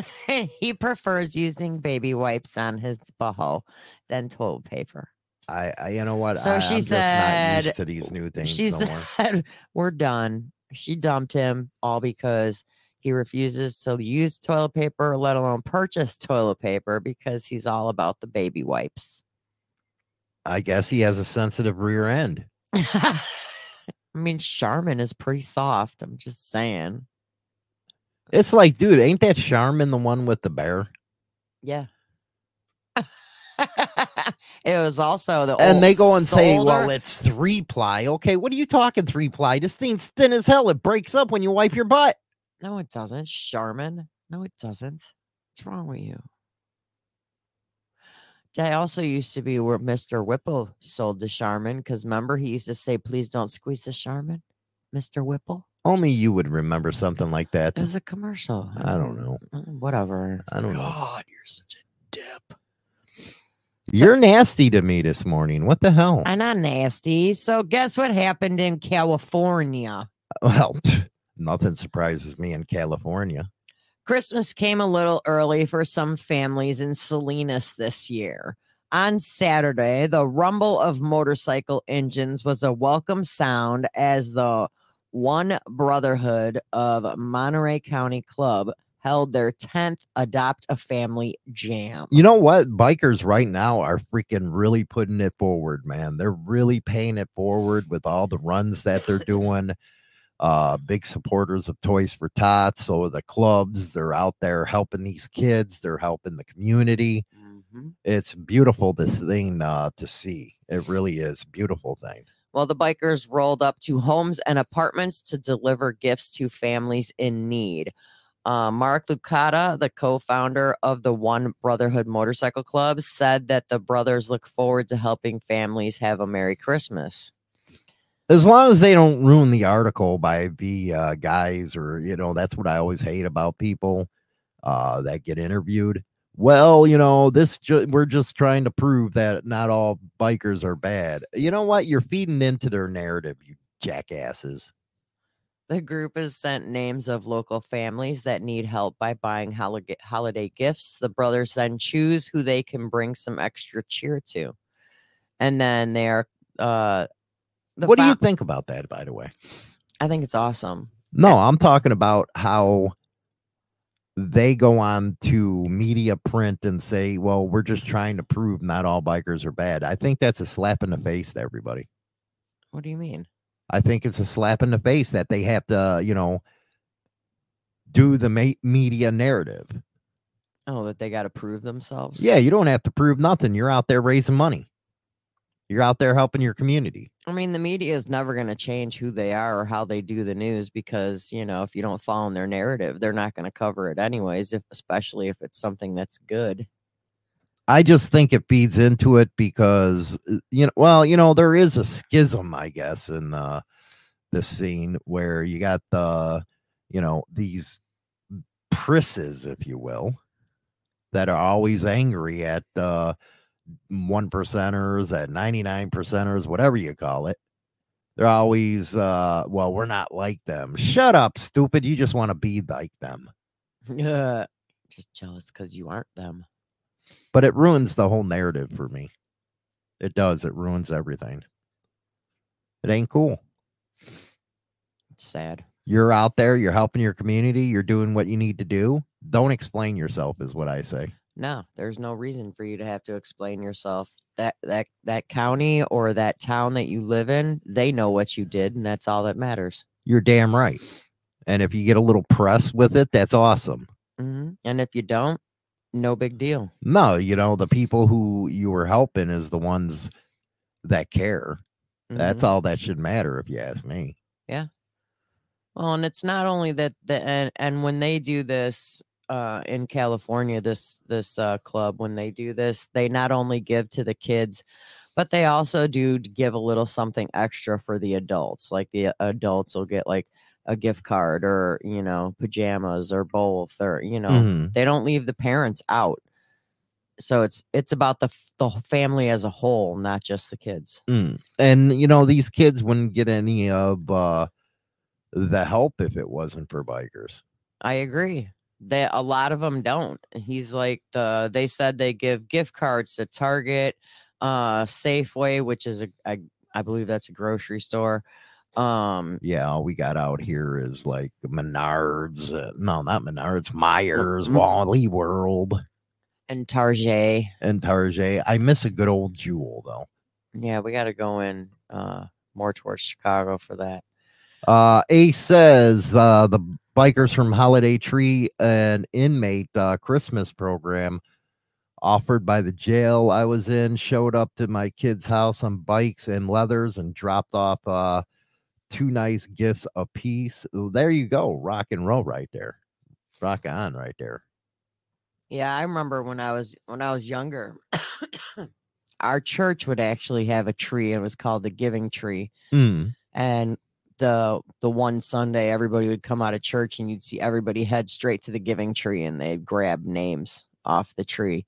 S4: he prefers using baby wipes on his boho than toilet paper.
S2: I, I you know what?
S4: So
S2: I,
S4: she
S2: I'm just not
S4: said-
S2: used to these new things
S4: She
S2: no more.
S4: said, *laughs* We're done. She dumped him all because he refuses to use toilet paper, let alone purchase *laughs* toilet paper, because he's all about the baby wipes. *laughs*
S2: I guess he has a sensitive rear end.
S4: I mean, Charmin is pretty soft. I'm just saying.
S2: It's like, dude, ain't that Charmin the one with the bear?
S4: Yeah. *laughs* it was also the
S2: And
S4: old-
S2: they go and
S4: Oh, the
S2: say, well,
S4: older-
S2: it's three ply. Okay, what are you talking three ply? This thing's thin as hell. It breaks up when you wipe your butt.
S4: No, it doesn't. Charmin. No, it doesn't. What's wrong with you? I also used to be where Mr. Whipple sold the Charmin because remember he used to say, please don't squeeze the Charmin, Mr. Whipple?
S2: Only you would remember something like that.
S4: It was a commercial.
S2: I don't know.
S4: Uh, Whatever.
S2: I don't know.
S4: God, you're such a dip.
S2: You're nasty to me this morning. What the hell?
S4: I'm not nasty. So guess what happened in California?
S2: *laughs* Well, *laughs* nothing surprises me in California.
S4: Christmas came a little early for some families in Salinas this year. On Saturday, the rumble of motorcycle engines was a welcome sound as the One Brotherhood of Monterey County Club held their 10th Adopt a Family Jam.
S2: You know what? Bikers right now are freaking really putting it forward, man. They're really paying it forward with all the runs that they're doing. uh, big supporters of Toys for Tots. So the clubs, they're out there helping these kids, they're helping the community.
S4: Mhm.
S2: It's beautiful this thing uh, to see. It really is a beautiful thing.
S4: Well, the bikers rolled up to homes and apartments to deliver gifts to families in need. Uh, Mark Lucata, the co founder of the One Brotherhood Motorcycle Club, said that the brothers look forward to helping families have a Merry Christmas.
S2: As long as they don't ruin the article by the uh, guys, or you know, that's what I always hate about people uh, that get interviewed. Well, you know, this ju- we're just trying to prove that not all bikers are bad. You know what? You're feeding into their narrative, you jackasses.
S4: The group has sent names of local families that need help by buying holiday, holiday gifts. The brothers then choose who they can bring some extra cheer to. And then they are. Uh, the
S2: what do you
S4: fou-
S2: think about that, by the way?
S4: I think it's awesome.
S2: No, I'm talking about how they go on to media print and say, well, we're just trying to prove not all bikers are bad. I think that's a slap in the face to everybody.
S4: What do you mean?
S2: I think it's a slap in the face that they have to, you know, do the ma- media narrative.
S4: Oh, that they got to prove themselves.
S2: Yeah, you don't have to prove nothing. You're out there raising money, you're out there helping your community.
S4: I mean, the media is never going to change who they are or how they do the news because, you know, if you don't follow their narrative, they're not going to cover it anyways, if, especially if it's something that's good. *laughs*
S2: I just think it feeds into it because uh, you know, well, you know, there is a schism, I guess, in the the scene where you got the you know these prisses, if you will, that are always angry at uh one percenters, at ninety nine percenters, whatever you call it. They're always uh well, we're not like them. Shut up, stupid. You just want to be like them.
S4: Just jealous because you aren't them.
S2: But it ruins the whole narrative for me. It does. It ruins everything. It ain't cool.
S4: It's sad.
S2: You're out there, you're helping your community, you're doing what you need to do. Don't explain yourself, is what I say.
S4: No, there's no reason for you to have to explain yourself. That that that county or that town that you live in, they know what you did, and that's all that matters.
S2: You're damn right. And if you get a little press with it, that's awesome. Mm-hmm.
S4: hmm And if you don't, no big deal.
S2: No, you know, the people who you were helping is the ones that care. That's
S4: Mhm.
S2: all that should matter, if you ask me.
S4: Well, and it's not only that the and, and when they do this uh, in California, this this uh, club, when they do this, they not only give to the kids, but they also do d- give a little something extra for the adults. Like the adults will get like a gift card or you know pajamas or both or you know
S2: Mhm.
S4: they don't leave the parents out. So it's it's about the f- the family as a whole, not just the kids.
S2: Mm. And you know, these kids wouldn't get any of uh the help if it wasn't for bikers.
S4: I agree. That a lot of them don't. He's like the they said they give gift cards to Target, uh Safeway, which is a I, I believe that's a grocery store. Um
S2: Yeah, all we got out here is like Menards. Uh, no, not Menards, Myers,
S4: mm.
S2: Wally World,
S4: and Target.
S2: and Target. I miss a good old jewel though.
S4: Yeah, we gotta go in uh more towards Chicago for that.
S2: Uh Ace says uh the bikers from Holiday Tree and Inmate uh Christmas program offered by the jail I was in showed up to my kid's house on bikes and leathers and dropped off uh two nice gifts apiece. There you go, rock and roll right there. Rock on right there.
S4: Yeah, I remember when I was when I was younger, *coughs* our church would actually have a tree and it was called the giving tree.
S2: Mm.
S4: and the the one Sunday everybody would come out of church and you'd see everybody head straight to the giving tree and they'd grab names off the tree.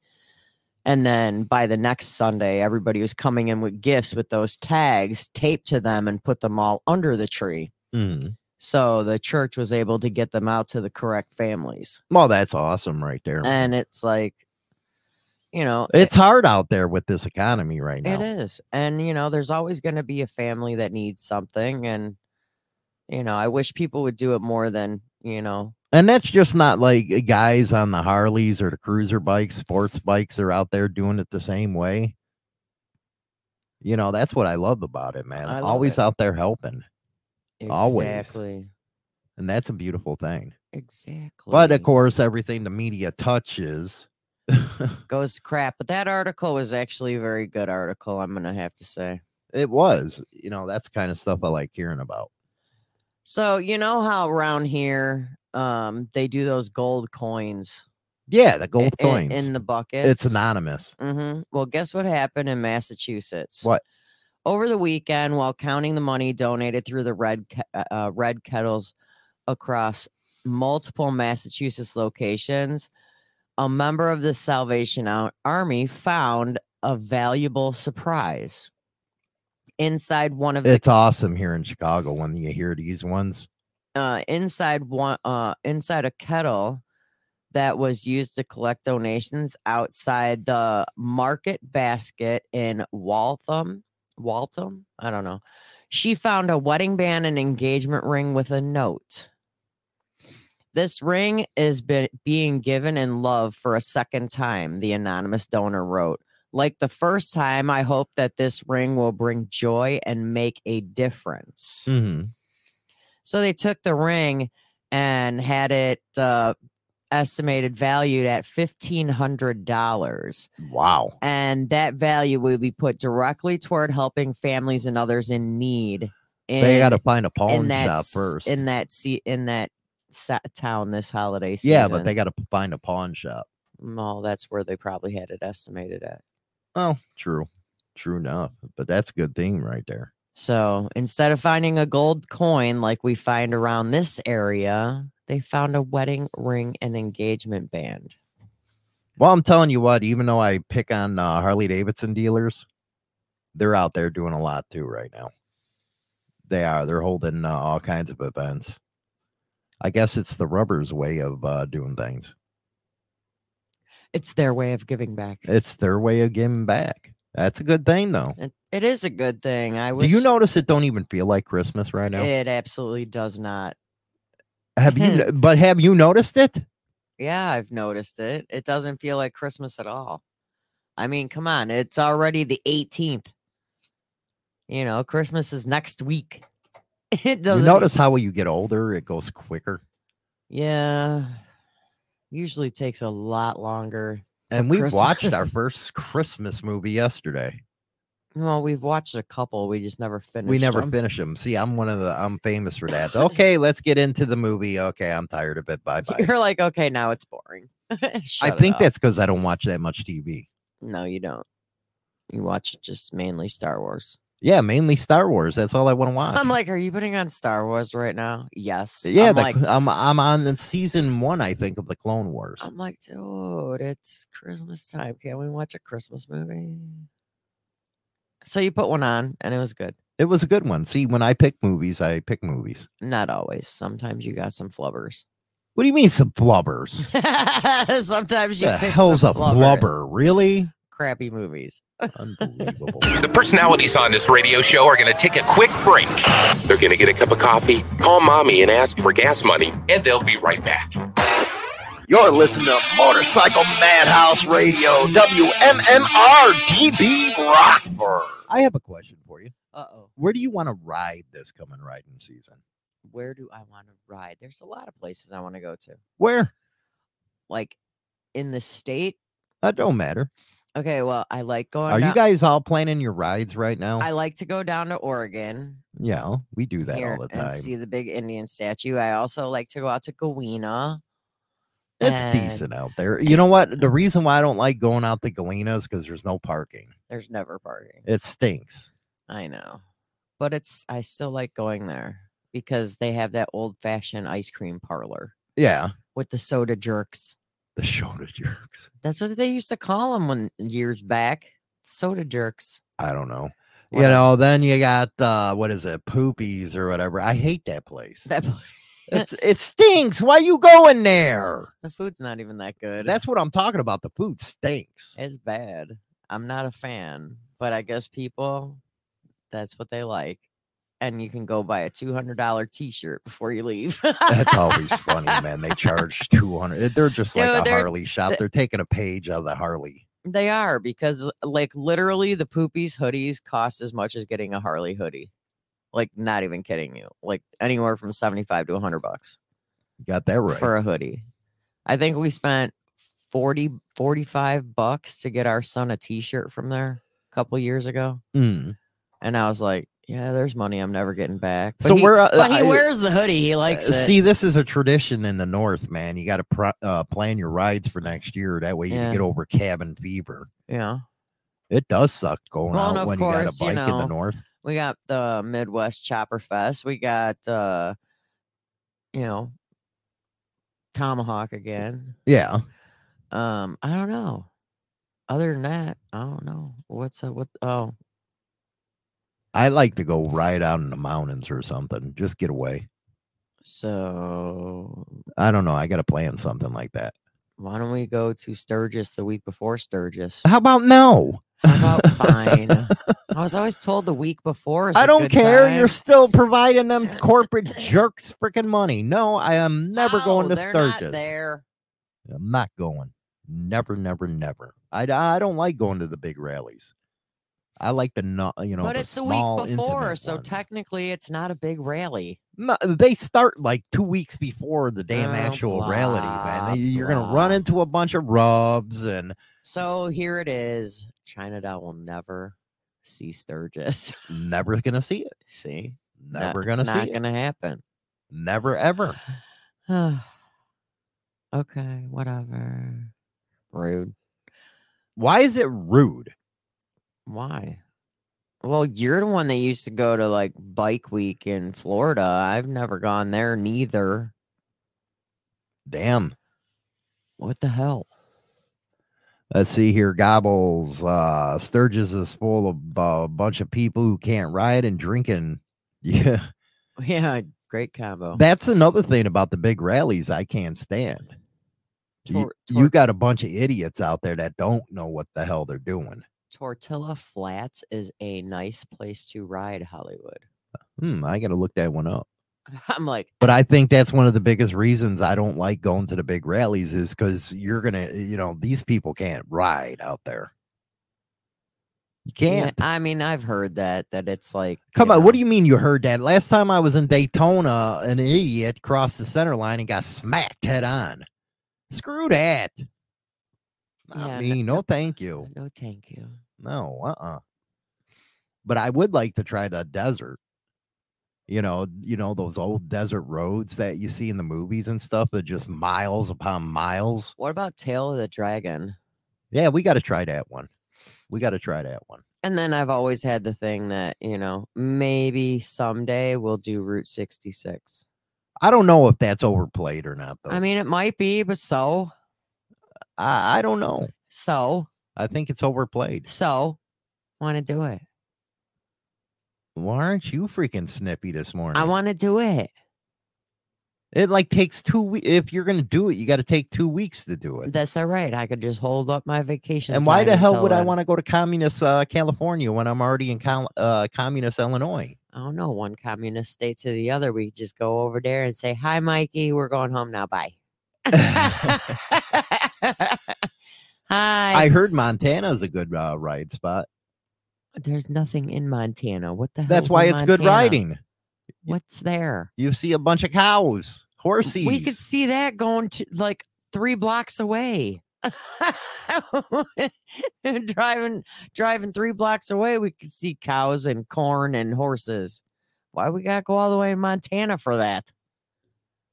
S4: And then by the next Sunday, everybody was coming in with gifts with those tags taped to them and put them all under the tree.
S2: Mm.
S4: So the church was able to get them out to the correct families.
S2: Well, that's awesome right there. man.
S4: And it's like, you know,
S2: it's hard out there with this economy right now.
S4: It is. And, you know, there's always going to be a family that needs something. And, you know, I wish people would do it more than, you know,
S2: And that's just not like uh, guys on the Harleys or the cruiser bikes, sports bikes are out there doing it the same way. You know, that's what I love about it, man.
S4: I love
S2: Always
S4: it.
S2: out there helping. Always.
S4: Exactly.
S2: and that's a beautiful thing.
S4: Exactly.
S2: But of course, everything the media
S4: *laughs*
S2: touches.
S4: goes to crap. But that article was actually a very good article, I'm gonna have to say.
S2: It was, you know, that's the kind of stuff I like hearing about.
S4: So you know how around here um they do those gold coins
S2: Yeah, the gold
S4: i- i-
S2: coins.
S4: in the bucket.
S2: it's anonymous.
S4: Mm-hmm. Well, guess what happened in Massachusetts?
S2: What?
S4: Over the weekend, while counting the money donated through the red Ke- uh, uh, red kettles across multiple Massachusetts locations, a member of the Salvation Ar- Army found a valuable surprise inside one of the
S2: It's awesome here in Chicago when you hear these ones.
S4: uh, inside one uh, inside a kettle that was used to collect donations outside the market basket in Waltham. Waltham, I don't know. She found a wedding band and engagement ring with a note. This ring is be- being given in love for a second time, the anonymous donor wrote. Like the first time, I hope that this ring will bring joy and make a difference.
S2: Mhm.
S4: So they took the ring and had it uh, estimated valued at fifteen hundred dollars,
S2: Wow.
S4: and that value would be put directly toward helping families and others in need. In,
S2: they got to find a
S4: in
S2: pawn
S4: that
S2: shop
S4: s-
S2: first.
S4: in that se- in that sa- town this holiday season.
S2: yeah, but they got to find a pawn shop.
S4: well, that's where they probably had it estimated at.
S2: Oh, true. True enough. But that's a good thing right there.
S4: So instead of finding a gold coin like we find around this area, they found a wedding ring and engagement band.
S2: Well, I'm telling you what, even though I pick on uh, Harley Davidson dealers, they're out there doing a lot too right now. They are. They're holding uh, all kinds of events. I guess it's the rubber's way of uh, doing things.
S4: It's their way of giving back.
S2: It's their way of giving back. That's a good thing, though.
S4: It, it is a good thing. I
S2: Do
S4: wish
S2: you notice it don't even feel like Christmas right now?
S4: it absolutely does not.
S2: have you? no-
S4: *laughs*
S2: But have you noticed it?
S4: Yeah, I've noticed it. It doesn't feel like Christmas at all. I mean, come on, it's already the 18th. You know, Christmas is next week. *laughs* It
S2: you
S4: doesn't e
S2: notice how when you get older, it goes quicker.
S4: Yeah. Usually takes a lot longer.
S2: And we watched our
S4: Christmas. *laughs*
S2: first Christmas movie yesterday.
S4: Well, we've watched a couple. We just never finished.
S2: we never
S4: them.
S2: finish them. See, I'm one of the I'm famous for that. Okay, let's get into the movie. Okay, I'm tired of it.
S4: *laughs*
S2: Bye bye.
S4: *laughs* You're like, okay, now it's boring. *laughs*
S2: I
S4: Shut it
S2: think
S4: off.
S2: that's because I don't watch that much TV.
S4: no, you don't. You watch just mainly Star Wars.
S2: Yeah, mainly Star Wars. That's all I want to watch.
S4: I'm like, are you putting on Star Wars right now? Yes.
S2: yeah,
S4: I'm
S2: the
S4: like,
S2: cl- I'm I'm on the season one, I think, of the Clone Wars.
S4: I'm like, dude, it's Christmas time. Can we watch a Christmas movie? So you put one on, and it was good.
S2: It was a good one. See, when I pick movies, I pick movies.
S4: Not always. Sometimes you got some flubbers. *laughs*
S2: What do you mean some flubbers?
S4: Sometimes you
S2: the
S4: pick
S2: hell's
S4: some
S2: a flubber?
S4: *laughs*
S2: Really?
S4: Crappy movies.
S2: Unbelievable.
S5: The personalities on this radio show are going to take a quick break. They're going to get a cup of coffee, call mommy and ask for gas money, and they'll be right back.
S1: You're listening to Motorcycle Madhouse Radio, WMMR DB Rockford.
S2: I have a question for you.
S4: Uh oh.
S2: Where do you want to ride this coming riding season?
S4: Where do I want to ride? There's a lot of places I want to go to,
S2: Where?
S4: like in the state.
S2: That don't matter.
S4: Okay, well, I like going.
S2: Are
S4: down-
S2: you guys all planning your rides right now?
S4: Oh, I like to go down to Oregon.
S2: yeah, we do that
S4: here
S2: all the time.
S4: And see the big Indian statue. I also like to go out to Gowena.
S2: It's
S4: and
S2: decent out there. You know what? The reason why I don't like going out to Galena is because there's no parking.
S4: There's never parking.
S2: It stinks.
S4: I know. But it's I still like going there because they have that old fashioned ice cream parlor
S2: Yeah,
S4: with the soda jerks.
S2: the shoulder *laughs* jerks.
S4: That's what they used to call them when years back. Soda jerks. *laughs*
S2: I don't know. You
S4: Whatever.
S2: know, then you got uh what is it, poopies or whatever. I hate that place.
S4: That pla- *laughs*
S2: It's, it stinks. Why you going there?
S4: the food's not even that good.
S2: That's what I'm talking about. The food stinks.
S4: it's bad. I'm not a fan, but I guess people that's what they like. And you can go buy a two hundred dollar t shirt before you leave.
S2: That's
S4: *laughs*
S2: always funny, man. They charge two hundred. eh, They're just
S4: Dude,
S2: like a
S4: they're-
S2: Harley shop.
S4: the-
S2: They're taking a page out of the Harley.
S4: They are because like literally the poopies hoodies cost as much as getting a Harley hoodie. Like, not even kidding you. Like anywhere from 75 to 100 bucks
S2: Got that right.
S4: for a hoodie. I think we spent 40 45 bucks to get our son a t-shirt from there a couple years ago.
S2: Mm.
S4: And I was like, yeah, there's money I'm never getting back. But
S2: So
S4: he,
S2: we're uh,
S4: but he
S2: I-
S4: wears the hoodie. He likes
S2: uh,
S4: it.
S2: see, this is a tradition in the north, man. You got to pro- uh, plan your rides for next year. That way you
S4: Yeah.
S2: can get over cabin fever.
S4: yeah.
S2: It does suck going
S4: Well, and
S2: out
S4: of
S2: when you got a
S4: course, you
S2: bike in
S4: know,
S2: the north.
S4: We got the Midwest Chopper Fest. We got uh you know
S2: Mm.
S4: Tomahawk again.
S2: Yeah.
S4: Um I don't know. Other than that, I don't know. What's a, what oh
S2: I like to go ride out in the mountains or something. Just get away.
S4: so
S2: I don't know. I got to plan something like that.
S4: why don't we go to Sturgis the week before Sturgis?
S2: How about no?
S4: How about
S2: *laughs*
S4: fine? I was always told the week before. Is
S2: I
S4: a
S2: don't
S4: good
S2: care. You're
S4: time.
S2: still providing them corporate jerks freaking money. No, I am never going
S4: No,
S2: to
S4: they're not
S2: Sturgis.
S4: there.
S2: I'm not going. Never, never, never. I, I don't like going to the big rallies. I like the no, you know,
S4: but
S2: the
S4: it's the
S2: small,
S4: week before,
S2: intimate
S4: so
S2: ones.
S4: technically it's not a big rally.
S2: No, they start like two weeks before the damn
S4: Oh,
S2: actual rally, man.
S4: blah,
S2: You- You're gonna run
S4: blah.
S2: into a bunch of rubs and
S4: So here it is. Chinatown will never see Sturgis. *laughs*
S2: never gonna see it.
S4: see, Not-
S2: Never
S4: it's
S2: gonna
S4: not
S2: see it.
S4: gonna happen.
S2: Never ever.
S4: *sighs* okay, whatever. Rude.
S2: Why is it rude?
S4: Why? Well, you're the one that used to go to like Bike Week in Florida. I've never gone there neither.
S2: Damn.
S4: What the hell?
S2: Let's see here. Gobbles. Uh Sturgis is full of a bunch of people who can't ride and drinking. *laughs* Yeah.
S4: *laughs* Yeah, great combo.
S2: That's another thing about the big rallies I can't stand. You-
S4: Tor-
S2: you
S4: tor-
S2: got a bunch of idiots out there that don't know what the hell they're doing.
S4: Tortilla Flats is a nice place to ride Hollywood. *laughs*
S2: Hmm, I gotta look that one up.
S4: I'm like,
S2: but I think that's one of the biggest reasons I don't like going to the big rallies is because you're gonna, you know, these people can't ride out there. You
S4: Yeah,
S2: can't.
S4: I mean, I've heard that that it's like,
S2: Come on,
S4: know,
S2: what do you mean you heard that? Last time I was in Daytona, an idiot crossed the center line and got smacked head on. Screw that. Not
S4: Yeah,
S2: me. No, thank you.
S4: No, thank you.
S2: No, uh uh But I would like to try the desert. You know, you know, those old desert roads that you see in the movies and stuff that just miles upon miles.
S4: What about Tail of the Dragon?
S2: Yeah, we gotta try that one. We gotta try that one.
S4: And then I've always had the thing that you know maybe someday we'll do Route 66.
S2: I don't know if that's overplayed or not though.
S4: I mean, it might be, but so
S2: I, I don't know.
S4: so
S2: I think it's overplayed.
S4: so want to do it.
S2: Why aren't you freaking snippy this morning?
S4: I want to do it.
S2: it like takes two weeks. If you're gonna do it, you gotta take two weeks to do it.
S4: That's all right. I could just hold up my vacation.
S2: And why
S4: time
S2: the hell
S4: until
S2: would I
S4: then.
S2: want to go to communist uh, California when I'm already in Cal- uh, communist Illinois?
S4: I don't know one communist state to the other. We just go over there and say, "Hi, Mikey. We're going home now.
S2: *laughs*
S4: Bye." *laughs* Hi.
S2: I heard Montana is a good uh, ride spot.
S4: There's nothing in Montana. What the hell?
S2: That's
S4: is
S2: why
S4: in
S2: it's good
S4: Montana?
S2: riding.
S4: What's there?
S2: You see a bunch of cows, horses.
S4: We could see that going to like three blocks away. *laughs* driving driving three blocks away, we could see cows and corn and horses. Why we gotta go all the way in Montana for that?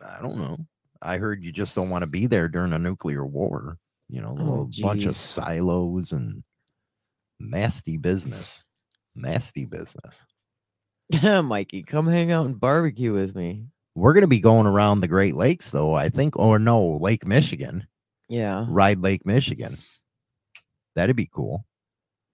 S2: I don't know. I heard you just don't want to be there during a nuclear war. You know, a
S4: Oh,
S2: little bunch of
S4: geez.
S2: silos and nasty business. Nasty business.
S4: *laughs* Mikey, come hang out and barbecue with me.
S2: We're going to be going around the Great Lakes, though, I think, or no, Lake Michigan,
S4: Yeah,
S2: ride Lake Michigan. That'd be cool.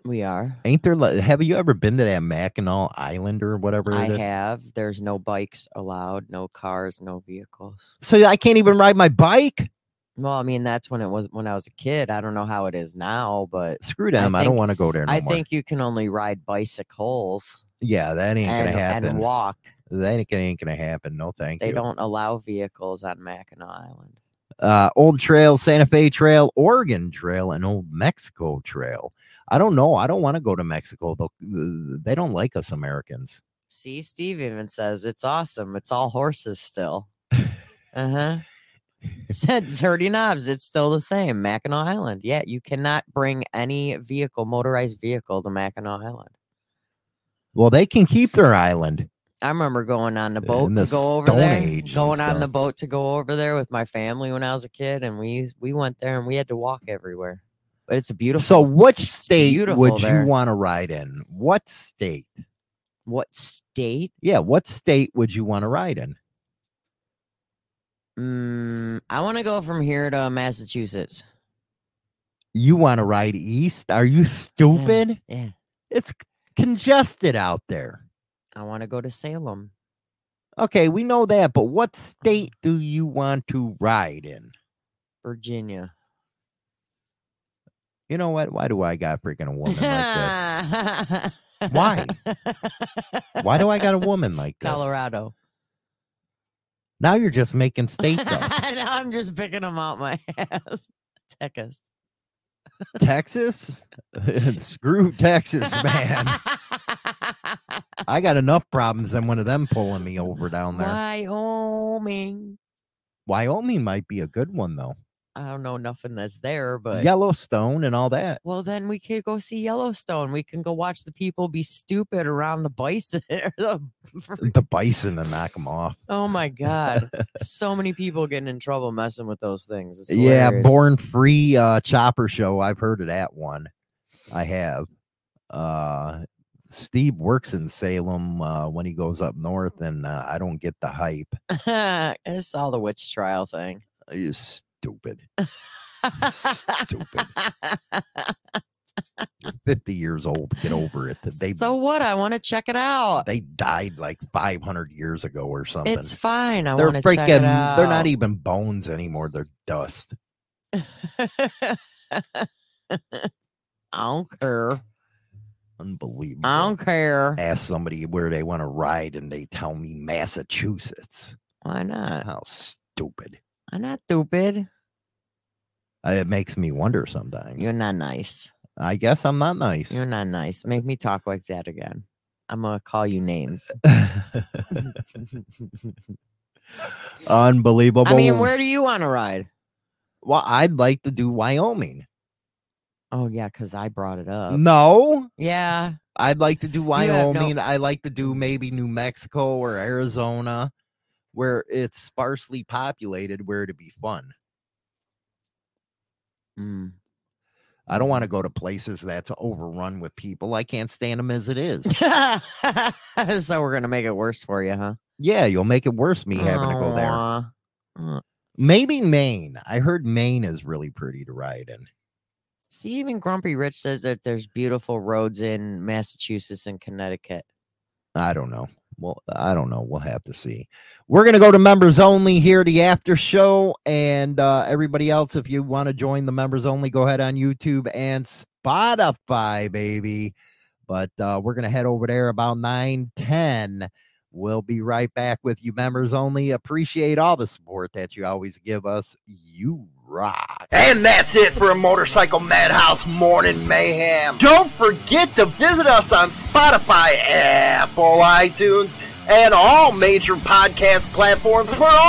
S4: we are.
S2: Ain't there? li- Have you ever been to that Mackinac Island or whatever?
S4: I
S2: it is?
S4: have. There's no bikes allowed, no cars, no vehicles.
S2: So I can't even ride my bike.
S4: Well, I mean, that's when it was when I was a kid. I don't know how it is now, but
S2: Screw them. I, don't
S4: think-
S2: want to go there. No
S4: I
S2: more.
S4: think you can only ride bicycles
S2: Yeah, that ain't
S4: and,
S2: gonna
S4: and
S2: happen.
S4: walk.
S2: that ain't, ain't gonna happen. No, thank
S4: They
S2: you.
S4: don't allow vehicles on Mackinac Island.
S2: Uh, Old Trail, Santa Fe Trail, Oregon Trail, and Old Mexico Trail. I don't know. I don't want to go to Mexico. They'll- They don't like us Americans.
S4: See, Steve even says it's awesome. It's all horses still. Uh
S2: *laughs*
S4: huh. Said dirty knobs. It's still the same. Mackinac Island. Yeah, you cannot bring any vehicle, motorized vehicle, to Mackinac Island.
S2: Well, they can keep their island.
S4: I remember going on the
S2: In
S4: boat
S2: the
S4: to go over
S2: Stone
S4: there.
S2: Age and
S4: going on the
S2: stuff.
S4: boat to go over there with my family when I was a kid, and we used- we went there and we had to walk everywhere. But it's a beautiful.
S2: So, which
S4: it's
S2: state
S4: beautiful
S2: would
S4: there.
S2: you want to ride in? What state?
S4: what state?
S2: Yeah, what state would you want to ride in?
S4: Mm, I want to go from here to Massachusetts.
S2: You want to ride east? Are
S4: Mm-hmm.
S2: you stupid?
S4: Yeah,
S2: It's c- congested out there.
S4: I want to go to Salem.
S2: Okay, we know that, but what state do you want to ride in?
S4: Virginia.
S2: You know what? Why do I got freaking a woman like
S4: *laughs*
S2: Why? this? Why do I got a woman like this?
S4: Colorado?
S2: Now you're just making
S4: *laughs*
S2: states up.
S4: now I'm just picking them out my ass. *laughs* Texas.
S2: Texas? *laughs* Screw Texas, man.
S4: *laughs*
S2: I got enough problems than one of them pulling me over down there.
S4: Wyoming.
S2: Wyoming might be a good one though.
S4: I don't know nothing that's there, but
S2: Yellowstone and all that. *laughs*
S4: Well, then we could go see Yellowstone. We can go watch the people be stupid around the bison. *laughs* or the-
S2: The bison to knock them off.
S4: oh
S2: *laughs*
S4: my god, so many people getting in trouble messing with those things. It's
S2: Yeah,
S4: hilarious. *laughs*
S2: Born Free uh Chopper Show. I've heard of that one. I have. Uh Steve works in Salem uh, when he goes up north, and uh, I don't get the hype.
S4: I saw the witch trial thing. *laughs*
S2: He's stupid. stupid. *laughs* You're 50 years old. Get over it. They
S4: so what? I want to check it out.
S2: they died like 500 years ago or something.
S4: It's fine. I
S2: they're
S4: want to check it
S2: freaking.
S4: out.
S2: They're not even bones anymore. They're dust. e
S4: *laughs* I don't care.
S2: Unbelievable.
S4: I don't care.
S2: ask somebody where they want to ride and they tell me Massachusetts.
S4: Why not?
S2: How stupid.
S4: I'm not stupid.
S2: Uh, It makes me wonder sometimes.
S4: You're not nice.
S2: I guess I'm not nice. *laughs*
S4: You're not nice. Make me talk like that again. I'm gonna call you names.
S2: Unbelievable.
S4: I mean, where do you want to ride?
S2: well, I'd like to do Wyoming.
S4: Oh yeah, because I brought it up.
S2: No,
S4: Yeah,
S2: I'd like to do
S4: have no-
S2: Wyoming. I like to do maybe New Mexico or Arizona where it's sparsely populated, where it'd be fun.
S4: Mm. *laughs*
S2: I don't want to go to places that's overrun with people. I can't stand them as it is.
S4: so we're gonna make it worse for you, huh?
S2: yeah, you'll make it worse me having to go there.
S4: Aw. Mm.
S2: Maybe Maine. I heard Maine is really pretty to ride in.
S4: See, even Grumpy Rich says that there's beautiful roads in Massachusetts and Connecticut.
S2: I don't know. Well, I don't know. We'll have to see. We're gonna go to members only here, the after show, and uh, everybody else. If you want to join the members only, go ahead on YouTube and Spotify, baby. But uh, we're gonna head over there about nine ten. We'll be right back with you, members only. Appreciate all the support that you always give us. You rock.
S1: And that's it for a Motorcycle Madhouse Morning Mayhem. Don't forget to visit us on Spotify, Apple, iTunes, and all major podcast platforms for all